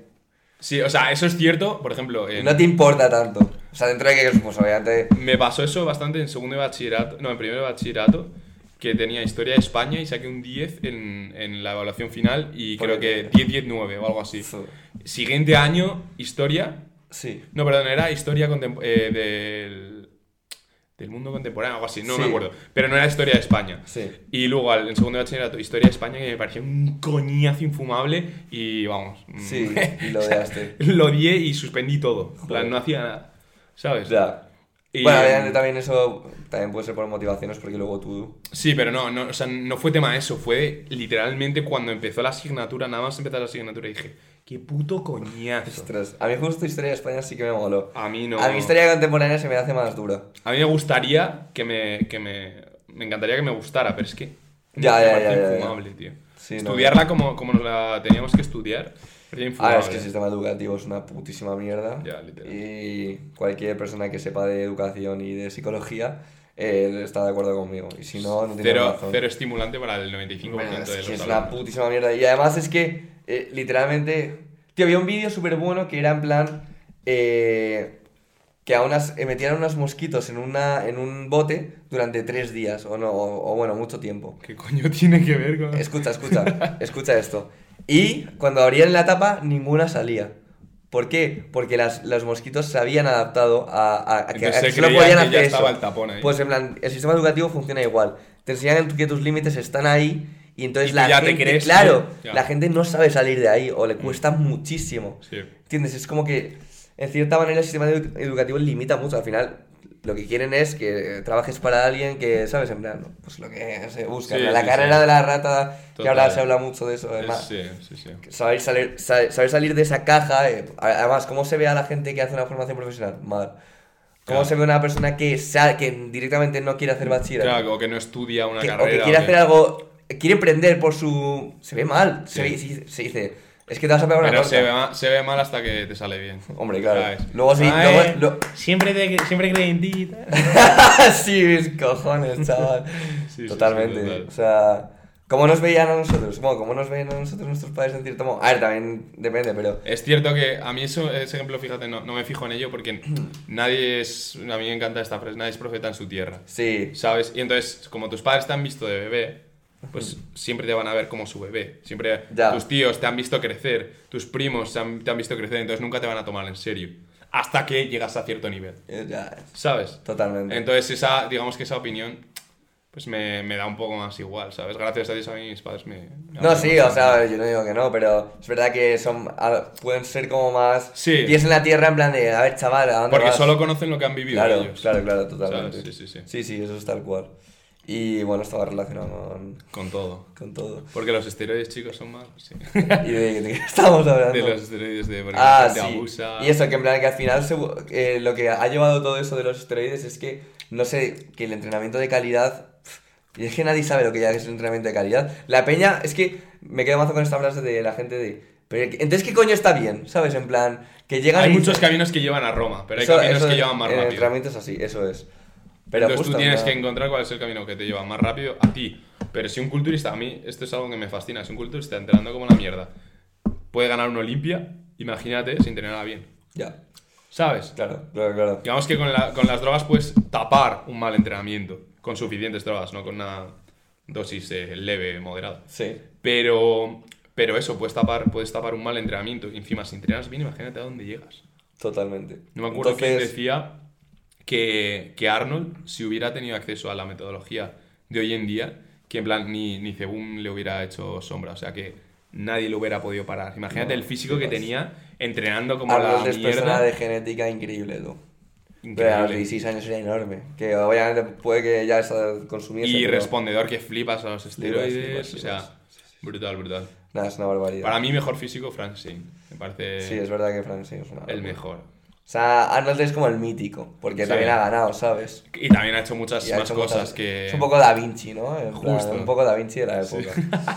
[SPEAKER 2] Sí, o sea, eso es cierto, por ejemplo... en-
[SPEAKER 1] No te importa tanto. O sea, dentro de que, pues obviamente.
[SPEAKER 2] Me pasó eso bastante en segundo de bachillerato, no, en primero de bachillerato, que tenía historia de España y saqué un 10 en, en la evaluación final y
[SPEAKER 1] Por
[SPEAKER 2] creo
[SPEAKER 1] el-
[SPEAKER 2] que 10-10-9 o algo así. Siguiente año, historia.
[SPEAKER 1] Sí.
[SPEAKER 2] No, perdón, era historia contem- eh, del, del mundo contemporáneo, algo así, no
[SPEAKER 1] Sí.
[SPEAKER 2] me acuerdo. Pero no era historia de España.
[SPEAKER 1] Sí.
[SPEAKER 2] Y luego al, en segundo de bachillerato, historia de España, que me pareció un coñazo infumable y vamos. mm,
[SPEAKER 1] Sí, y lo este. dejaste.
[SPEAKER 2] lo odié y suspendí todo. En plan, no hacía nada. ¿Sabes?
[SPEAKER 1] Ya.
[SPEAKER 2] Y-
[SPEAKER 1] Bueno, obviamente también eso también puede ser por motivaciones, porque luego tú.
[SPEAKER 2] Sí, pero no, no, o sea, no fue tema eso, fue literalmente cuando empezó la asignatura, nada más empezar la asignatura dije, qué puto coñazo.
[SPEAKER 1] Ostras, a mí justo historia de España sí que me moló.
[SPEAKER 2] A mí no.
[SPEAKER 1] A mi historia contemporánea se me hace más dura.
[SPEAKER 2] A mí me gustaría que me, que me, me encantaría que me gustara, pero es que
[SPEAKER 1] Ya,
[SPEAKER 2] me
[SPEAKER 1] ya,
[SPEAKER 2] parece
[SPEAKER 1] ya, ya, ya.
[SPEAKER 2] infumable, tío.
[SPEAKER 1] Sí, no,
[SPEAKER 2] Estudiarla como, como nos la teníamos que estudiar, era
[SPEAKER 1] Ah,
[SPEAKER 2] infumable.
[SPEAKER 1] es que el sistema educativo es una putísima mierda.
[SPEAKER 2] Ya, literal.
[SPEAKER 1] Y cualquier persona que sepa de educación y de psicología eh, está de acuerdo conmigo. Y si no, no tiene
[SPEAKER 2] cero,
[SPEAKER 1] razón.
[SPEAKER 2] cero estimulante para el 95%
[SPEAKER 1] Bueno, es
[SPEAKER 2] de
[SPEAKER 1] que
[SPEAKER 2] los
[SPEAKER 1] es una
[SPEAKER 2] alumnos.
[SPEAKER 1] putísima mierda. Y además es que, eh, literalmente. Tío, había un vídeo súper bueno que era en plan. eh, que a unas, eh, metían unos mosquitos en, una, en un bote durante tres días, o no, o- o bueno, mucho tiempo.
[SPEAKER 2] ¿Qué coño tiene que ver con...?
[SPEAKER 1] Escucha, escucha, escucha esto. Y cuando abrían la tapa, ninguna salía. ¿Por qué? Porque las, los mosquitos se habían adaptado a, a- a que, a
[SPEAKER 2] Entonces
[SPEAKER 1] que
[SPEAKER 2] se
[SPEAKER 1] solo
[SPEAKER 2] creían
[SPEAKER 1] podían
[SPEAKER 2] que
[SPEAKER 1] hacer
[SPEAKER 2] ya
[SPEAKER 1] eso.
[SPEAKER 2] estaba el tapón ahí.
[SPEAKER 1] Pues en plan, el sistema educativo funciona igual. Te enseñan que tus límites están ahí y entonces
[SPEAKER 2] Y tú
[SPEAKER 1] la
[SPEAKER 2] ya te
[SPEAKER 1] gente,
[SPEAKER 2] crees,
[SPEAKER 1] claro,
[SPEAKER 2] ¿no? Ya. Mm.
[SPEAKER 1] la gente no sabe salir de ahí o le cuesta muchísimo.
[SPEAKER 2] Sí.
[SPEAKER 1] ¿Entiendes? Es como que, en cierta manera, el sistema edu- educativo limita mucho. Al final, lo que quieren es que trabajes para alguien que, ¿sabes? En plan, pues lo que se busca.
[SPEAKER 2] Sí,
[SPEAKER 1] ¿no? la
[SPEAKER 2] sí,
[SPEAKER 1] carrera
[SPEAKER 2] sí.
[SPEAKER 1] de la rata, que ahora
[SPEAKER 2] Total.
[SPEAKER 1] se habla mucho de eso, además.
[SPEAKER 2] Sí, sí, sí.
[SPEAKER 1] Saber salir, sa- saber salir de esa caja, eh, a- además, ¿cómo se ve a la gente que hace una formación profesional? Madre. ¿Cómo
[SPEAKER 2] Claro.
[SPEAKER 1] se ve a una persona que, sa- que directamente no quiere hacer bachillerato?
[SPEAKER 2] Claro, o que no estudia una
[SPEAKER 1] que- o
[SPEAKER 2] carrera.
[SPEAKER 1] que quiere
[SPEAKER 2] o que-
[SPEAKER 1] hacer algo, quiere emprender por su... Se ve mal, se,
[SPEAKER 2] Sí.
[SPEAKER 1] ve- se- se dice, es que te vas a pegar una
[SPEAKER 2] Pero se
[SPEAKER 1] torta.
[SPEAKER 2] ve, mal, se ve mal hasta que te sale bien.
[SPEAKER 1] Hombre, claro.
[SPEAKER 2] ¿Sabes?
[SPEAKER 1] Luego sí,
[SPEAKER 2] Ah,
[SPEAKER 1] luego-
[SPEAKER 2] eh,
[SPEAKER 1] lo-
[SPEAKER 2] Siempre, te- siempre creí en ti.
[SPEAKER 1] sí, mis cojones, chaval.
[SPEAKER 2] Sí, sí,
[SPEAKER 1] Totalmente.
[SPEAKER 2] sí, total.
[SPEAKER 1] O sea, ¿cómo nos veían a nosotros? Bueno, ¿cómo nos veían a nosotros nuestros padres en cierto modo? A ver, también depende, pero.
[SPEAKER 2] Es cierto que a mí eso, ese ejemplo, fíjate, no, no me fijo en ello porque nadie es. A mí me encanta esta frase, nadie es profeta en su tierra.
[SPEAKER 1] Sí.
[SPEAKER 2] ¿Sabes? Y entonces, como tus padres te han visto de bebé, pues siempre te van a ver como su bebé. Siempre
[SPEAKER 1] Ya.
[SPEAKER 2] tus tíos te han visto crecer, tus primos se han- te han visto crecer, entonces nunca te van a tomar en serio. Hasta que llegas a cierto nivel.
[SPEAKER 1] eh, Ya,
[SPEAKER 2] ¿Sabes?
[SPEAKER 1] totalmente.
[SPEAKER 2] Entonces, esa, digamos que esa opinión, pues me, me da un poco más igual, ¿sabes? Gracias a Dios a mí mis padres me... me
[SPEAKER 1] no,
[SPEAKER 2] aman
[SPEAKER 1] sí, o
[SPEAKER 2] bastante.
[SPEAKER 1] sea, yo no digo que no, pero es verdad que son a- pueden ser como más
[SPEAKER 2] Sí.
[SPEAKER 1] pies en la tierra en plan de, a ver, chaval, ¿a dónde
[SPEAKER 2] Porque
[SPEAKER 1] vas?
[SPEAKER 2] solo conocen lo que han vivido
[SPEAKER 1] Claro,
[SPEAKER 2] ellos.
[SPEAKER 1] claro, claro, totalmente.
[SPEAKER 2] ¿Sabes? Sí, sí, sí.
[SPEAKER 1] eso es tal cual. Y bueno, estaba relacionado con,
[SPEAKER 2] Con todo.
[SPEAKER 1] con todo.
[SPEAKER 2] Porque los esteroides, chicos, son malos, sí.
[SPEAKER 1] ¿Y de, de qué estamos hablando?
[SPEAKER 2] De los esteroides, de porque la
[SPEAKER 1] Ah,
[SPEAKER 2] gente
[SPEAKER 1] sí.
[SPEAKER 2] abusa.
[SPEAKER 1] Y eso, que en plan que al final se bu- eh, lo que ha llevado todo eso de los esteroides es que, no sé, que el entrenamiento de calidad... pf, Y es que nadie sabe lo que ya es el entrenamiento de calidad. La peña, es que me quedo mazo con esta frase de la gente de... Pero, entonces, ¿qué coño está bien? ¿Sabes? En plan, que llegan...
[SPEAKER 2] Hay
[SPEAKER 1] y
[SPEAKER 2] muchos
[SPEAKER 1] dicen-
[SPEAKER 2] caminos que llevan a Roma, pero hay
[SPEAKER 1] Eso-
[SPEAKER 2] caminos
[SPEAKER 1] eso
[SPEAKER 2] que
[SPEAKER 1] de-
[SPEAKER 2] llevan más
[SPEAKER 1] el
[SPEAKER 2] rápido.
[SPEAKER 1] entrenamiento es así, eso es. Pero
[SPEAKER 2] Entonces
[SPEAKER 1] justo,
[SPEAKER 2] tú tienes
[SPEAKER 1] ¿no?
[SPEAKER 2] que encontrar cuál es el camino que te lleva más rápido a ti. Pero si un culturista, a mí esto es algo que me fascina, si un culturista entrenando como la mierda puede ganar una Olimpia, imagínate sin entrenarla bien.
[SPEAKER 1] Ya,
[SPEAKER 2] ¿Sabes?
[SPEAKER 1] claro, claro, claro.
[SPEAKER 2] Digamos que con, la- con las drogas puedes tapar un mal entrenamiento con suficientes drogas, no con una dosis eh, leve, moderada.
[SPEAKER 1] Sí.
[SPEAKER 2] Pero, pero eso, puedes tapar, puedes tapar un mal entrenamiento. Y encima, si entrenas bien, imagínate a dónde llegas.
[SPEAKER 1] Totalmente.
[SPEAKER 2] No me acuerdo quién
[SPEAKER 1] Entonces,
[SPEAKER 2] decía que, que Arnold, si hubiera tenido acceso a la metodología de hoy en día, que en plan ni, ni Cebum le hubiera hecho sombra. O sea que nadie lo hubiera podido parar. Imagínate
[SPEAKER 1] No,
[SPEAKER 2] el físico que
[SPEAKER 1] flipas.
[SPEAKER 2] tenía entrenando como
[SPEAKER 1] Arnold
[SPEAKER 2] la
[SPEAKER 1] es persona
[SPEAKER 2] mierda.
[SPEAKER 1] de genética increíble, tú. Pero a los
[SPEAKER 2] Increíble.
[SPEAKER 1] 16 años era enorme. Que obviamente puede que ya se consumiese.
[SPEAKER 2] Y
[SPEAKER 1] pero-
[SPEAKER 2] respondedor que flipas a los
[SPEAKER 1] Flipas,
[SPEAKER 2] esteroides.
[SPEAKER 1] flipas,
[SPEAKER 2] O sea, brutal, brutal.
[SPEAKER 1] Nada, es una barbaridad.
[SPEAKER 2] Para mí, mejor físico, Frank Shane. Me parece
[SPEAKER 1] Sí, es verdad que Frank sí es una
[SPEAKER 2] el
[SPEAKER 1] barbaridad.
[SPEAKER 2] mejor.
[SPEAKER 1] O sea, Arnold es como el mítico. Porque
[SPEAKER 2] Sí.
[SPEAKER 1] también ha ganado, ¿sabes?
[SPEAKER 2] Y también ha hecho muchas
[SPEAKER 1] Y ha
[SPEAKER 2] más
[SPEAKER 1] hecho
[SPEAKER 2] cosas
[SPEAKER 1] muchas-
[SPEAKER 2] que.
[SPEAKER 1] Es un poco Da Vinci, ¿no? En plan,
[SPEAKER 2] Justo.
[SPEAKER 1] un poco Da Vinci de la época.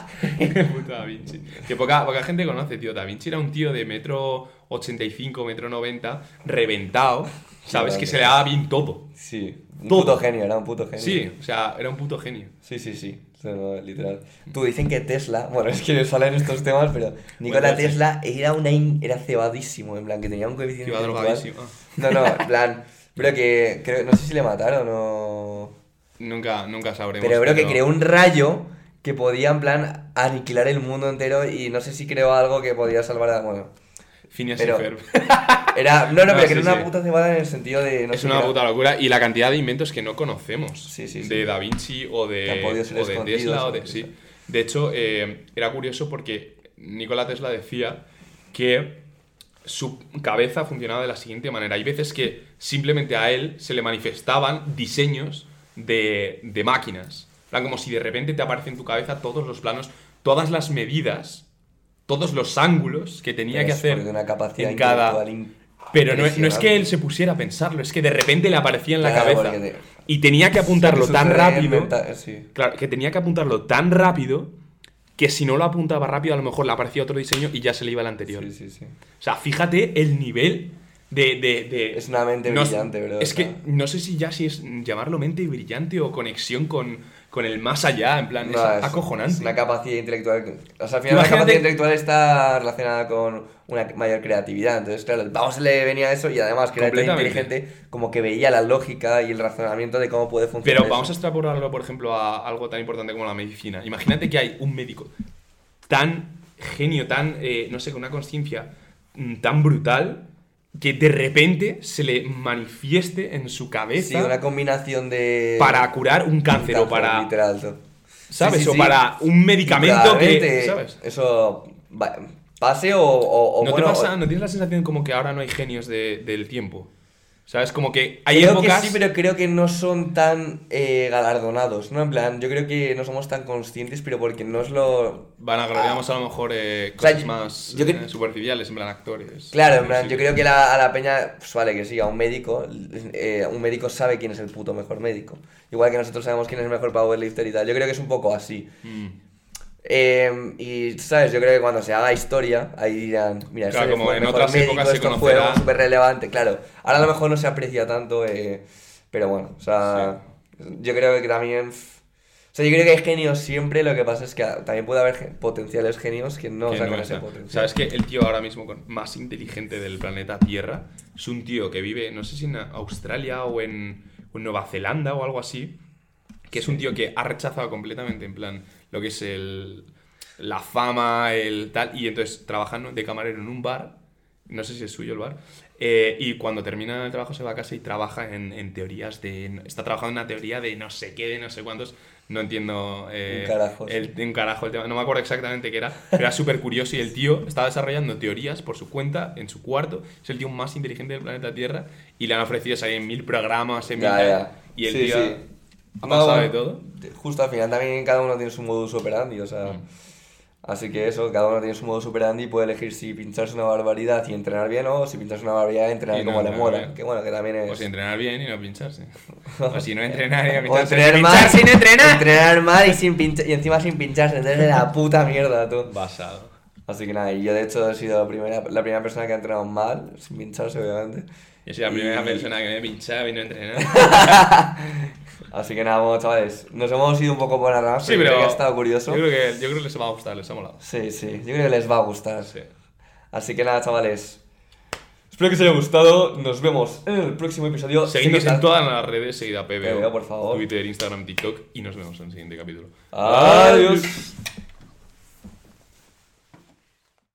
[SPEAKER 2] Puto Da Vinci. Que poca, poca gente conoce, tío. Da Vinci era un tío de metro 85, metro 90, reventado, ¿sabes?
[SPEAKER 1] grande.
[SPEAKER 2] Que se le daba bien todo.
[SPEAKER 1] Sí. Un
[SPEAKER 2] Todo.
[SPEAKER 1] puto genio, era un puto genio.
[SPEAKER 2] Sí, o sea, era un puto genio.
[SPEAKER 1] Sí, sí, sí, O sea, no, literal. Tú dicen que Tesla, bueno, es que salen estos temas, pero Nikola
[SPEAKER 2] Bueno, sí.
[SPEAKER 1] Tesla era una in- era cebadísimo, en plan, que tenía un coeficiente
[SPEAKER 2] Iba
[SPEAKER 1] intelectual.
[SPEAKER 2] drogadísimo.
[SPEAKER 1] No,
[SPEAKER 2] Ah.
[SPEAKER 1] no, en plan, creo que, creo, no sé si le mataron o...
[SPEAKER 2] Ah. Nunca, nunca sabremos.
[SPEAKER 1] Pero creo que creó un rayo que podía, en plan, aniquilar el mundo entero y no sé si creó algo que podía salvar a... Bueno,
[SPEAKER 2] Phineas y
[SPEAKER 1] pero-
[SPEAKER 2] Ferb.
[SPEAKER 1] era... No, no,
[SPEAKER 2] No,
[SPEAKER 1] pero que
[SPEAKER 2] sí,
[SPEAKER 1] era una
[SPEAKER 2] sí.
[SPEAKER 1] puta cebada en el sentido de... No
[SPEAKER 2] es
[SPEAKER 1] sé
[SPEAKER 2] una
[SPEAKER 1] qué era.
[SPEAKER 2] puta locura. Y la cantidad de inventos que no conocemos.
[SPEAKER 1] Sí, sí, sí.
[SPEAKER 2] De Da Vinci o de,
[SPEAKER 1] Que han podido ser
[SPEAKER 2] o de
[SPEAKER 1] escondidos,
[SPEAKER 2] Tesla. O
[SPEAKER 1] ¿no?
[SPEAKER 2] de, sí. de hecho, eh, era curioso porque Nikola Tesla decía que su cabeza funcionaba de la siguiente manera. Hay veces que simplemente a él se le manifestaban diseños de, de máquinas. En plan, como si de repente te aparecen en tu cabeza todos los planos, todas las medidas, todos los ángulos que tenía
[SPEAKER 1] Es
[SPEAKER 2] que hacer
[SPEAKER 1] porque una capacidad
[SPEAKER 2] en cada,
[SPEAKER 1] intelectual in-
[SPEAKER 2] pero no, no es que
[SPEAKER 1] impresionante.
[SPEAKER 2] él se pusiera a pensarlo, es que de repente le aparecía en la
[SPEAKER 1] Claro,
[SPEAKER 2] cabeza.
[SPEAKER 1] porque te-
[SPEAKER 2] Y tenía que apuntarlo
[SPEAKER 1] Eso
[SPEAKER 2] tan
[SPEAKER 1] sucede en
[SPEAKER 2] rápido.
[SPEAKER 1] menta- Sí.
[SPEAKER 2] Claro, que tenía que apuntarlo tan rápido que si no lo apuntaba rápido, a lo mejor le aparecía otro diseño y ya se le iba el anterior.
[SPEAKER 1] Sí, sí, sí.
[SPEAKER 2] O sea, fíjate el nivel de. de- de-
[SPEAKER 1] Es una mente
[SPEAKER 2] no-
[SPEAKER 1] brillante, bro,
[SPEAKER 2] Es
[SPEAKER 1] o
[SPEAKER 2] que
[SPEAKER 1] sea.
[SPEAKER 2] no sé si ya si es llamarlo mente brillante o conexión con, con el más allá. En plan,
[SPEAKER 1] No,
[SPEAKER 2] es, acojonante.
[SPEAKER 1] es una capacidad intelectual. que- O sea, al final la
[SPEAKER 2] Imagínate-
[SPEAKER 1] capacidad intelectual está relacionada con una mayor creatividad. Entonces, claro, el Bowser le venía eso y además que era tan
[SPEAKER 2] Completamente.
[SPEAKER 1] inteligente, como que veía la lógica y el razonamiento de cómo puede funcionar.
[SPEAKER 2] Pero
[SPEAKER 1] eso.
[SPEAKER 2] vamos a extrapolarlo, por ejemplo, a algo tan importante como la medicina. Imagínate que hay un médico tan genio, tan, eh, no sé, con una conciencia mm, tan brutal que de repente se le manifieste en su cabeza
[SPEAKER 1] Sí, una combinación de.
[SPEAKER 2] para curar un cáncer o para,
[SPEAKER 1] Literal, tú.
[SPEAKER 2] ¿sabes?
[SPEAKER 1] Sí, sí,
[SPEAKER 2] o
[SPEAKER 1] sí.
[SPEAKER 2] para un medicamento que,
[SPEAKER 1] Claramente,
[SPEAKER 2] ¿sabes?
[SPEAKER 1] Eso. va- pase o. o- o
[SPEAKER 2] ¿No
[SPEAKER 1] bueno,
[SPEAKER 2] te pasa, no tienes la sensación como que ahora no hay genios de- del tiempo? ¿Sabes? Como que hay
[SPEAKER 1] creo
[SPEAKER 2] épocas...
[SPEAKER 1] que sí, pero creo que no son tan eh, galardonados, ¿no? En plan, yo creo que no somos tan conscientes, pero porque no es lo...
[SPEAKER 2] Van a gloriamos a lo mejor eh,
[SPEAKER 1] O sea,
[SPEAKER 2] cosas
[SPEAKER 1] yo-
[SPEAKER 2] más
[SPEAKER 1] yo
[SPEAKER 2] eh,
[SPEAKER 1] cre-
[SPEAKER 2] superficiales, en plan actores.
[SPEAKER 1] Claro, en plan,
[SPEAKER 2] Sí,
[SPEAKER 1] yo creo que la- a la peña, pues vale, que sí, a un médico, eh, un médico sabe quién es el puto mejor médico. Igual que nosotros sabemos quién es el mejor powerlifter y tal. Yo creo que es un poco así.
[SPEAKER 2] Mm.
[SPEAKER 1] Eh, y, ¿sabes? Yo creo que cuando se haga historia, ahí dirán, mira,
[SPEAKER 2] Claro,
[SPEAKER 1] este
[SPEAKER 2] como
[SPEAKER 1] fue el
[SPEAKER 2] en
[SPEAKER 1] mejor
[SPEAKER 2] otras
[SPEAKER 1] médico,
[SPEAKER 2] épocas se
[SPEAKER 1] esto fue
[SPEAKER 2] conocerá.
[SPEAKER 1] algo súper relevante, claro. Ahora a lo mejor no se aprecia tanto, eh, pero bueno, o sea, yo creo que también... pff, O sea, yo creo que hay genios siempre, lo que pasa es que ah, también puede haber gen- potenciales genios que no
[SPEAKER 2] que
[SPEAKER 1] sacan
[SPEAKER 2] no
[SPEAKER 1] ese
[SPEAKER 2] está.
[SPEAKER 1] potencial.
[SPEAKER 2] Sabes que el tío ahora mismo con- más inteligente del planeta Tierra es un tío que vive, no sé si en Australia o en, o en Nueva Zelanda o algo así, que es un tío que ha rechazado completamente en plan lo que es el la fama, el tal, y entonces trabajando de camarero en un bar, no sé si es suyo el bar, eh, y cuando termina el trabajo se va a casa y trabaja en, en teorías de... Está trabajando en una teoría de no sé qué, de no sé cuántos, no entiendo eh,
[SPEAKER 1] Un carajo, sí.
[SPEAKER 2] el de un carajo el tema. No me acuerdo exactamente qué era, pero era súper curioso y el tío estaba desarrollando teorías por su cuenta, en su cuarto. Es el tío más inteligente del planeta Tierra y le han ofrecido salir en mil programas, en
[SPEAKER 1] Ya,
[SPEAKER 2] mil...
[SPEAKER 1] ya.
[SPEAKER 2] Y el
[SPEAKER 1] Sí,
[SPEAKER 2] tío
[SPEAKER 1] sí.
[SPEAKER 2] ha
[SPEAKER 1] No,
[SPEAKER 2] pasado de
[SPEAKER 1] bueno,
[SPEAKER 2] todo.
[SPEAKER 1] de- Justo al final también cada uno tiene su modus operandi, o sea...
[SPEAKER 2] Mm.
[SPEAKER 1] Así que eso, cada uno tiene su modus operandi y puede elegir si pincharse una barbaridad y entrenar bien o si pincharse una barbaridad y entrenar
[SPEAKER 2] Y no
[SPEAKER 1] como le
[SPEAKER 2] entrenar bien.
[SPEAKER 1] mola. Que bueno, que también es...
[SPEAKER 2] O si pues, entrenar bien y no pincharse. O si no entrenar y no
[SPEAKER 1] O
[SPEAKER 2] pincharse.
[SPEAKER 1] entrenar mal,
[SPEAKER 2] ¡Pincharse y no entrenar!
[SPEAKER 1] entrenar mal y, sin pincha- y encima sin pincharse, entonces es la puta mierda, tú.
[SPEAKER 2] Basado.
[SPEAKER 1] Así que nada, y yo de hecho he sido la primera, la primera persona que ha entrenado mal, sin pincharse obviamente.
[SPEAKER 2] Yo soy la
[SPEAKER 1] Y-
[SPEAKER 2] primera persona que me pinchaba y no entrenaba.
[SPEAKER 1] Así que nada, bueno chavales, nos hemos ido un poco por la rama,
[SPEAKER 2] Sí, pero...
[SPEAKER 1] creo que ha estado curioso.
[SPEAKER 2] Yo creo que, yo creo que les va a gustar, les ha molado.
[SPEAKER 1] Sí, sí, yo creo que les va a gustar.
[SPEAKER 2] Sí.
[SPEAKER 1] Así que nada, chavales. Espero que os haya gustado. Nos vemos en el próximo episodio.
[SPEAKER 2] Seguidnos
[SPEAKER 1] Seguid
[SPEAKER 2] en todas las redes, seguida PBO,
[SPEAKER 1] PBO, por favor.
[SPEAKER 2] Twitter, Instagram, TikTok y nos vemos en el siguiente capítulo.
[SPEAKER 1] Adiós.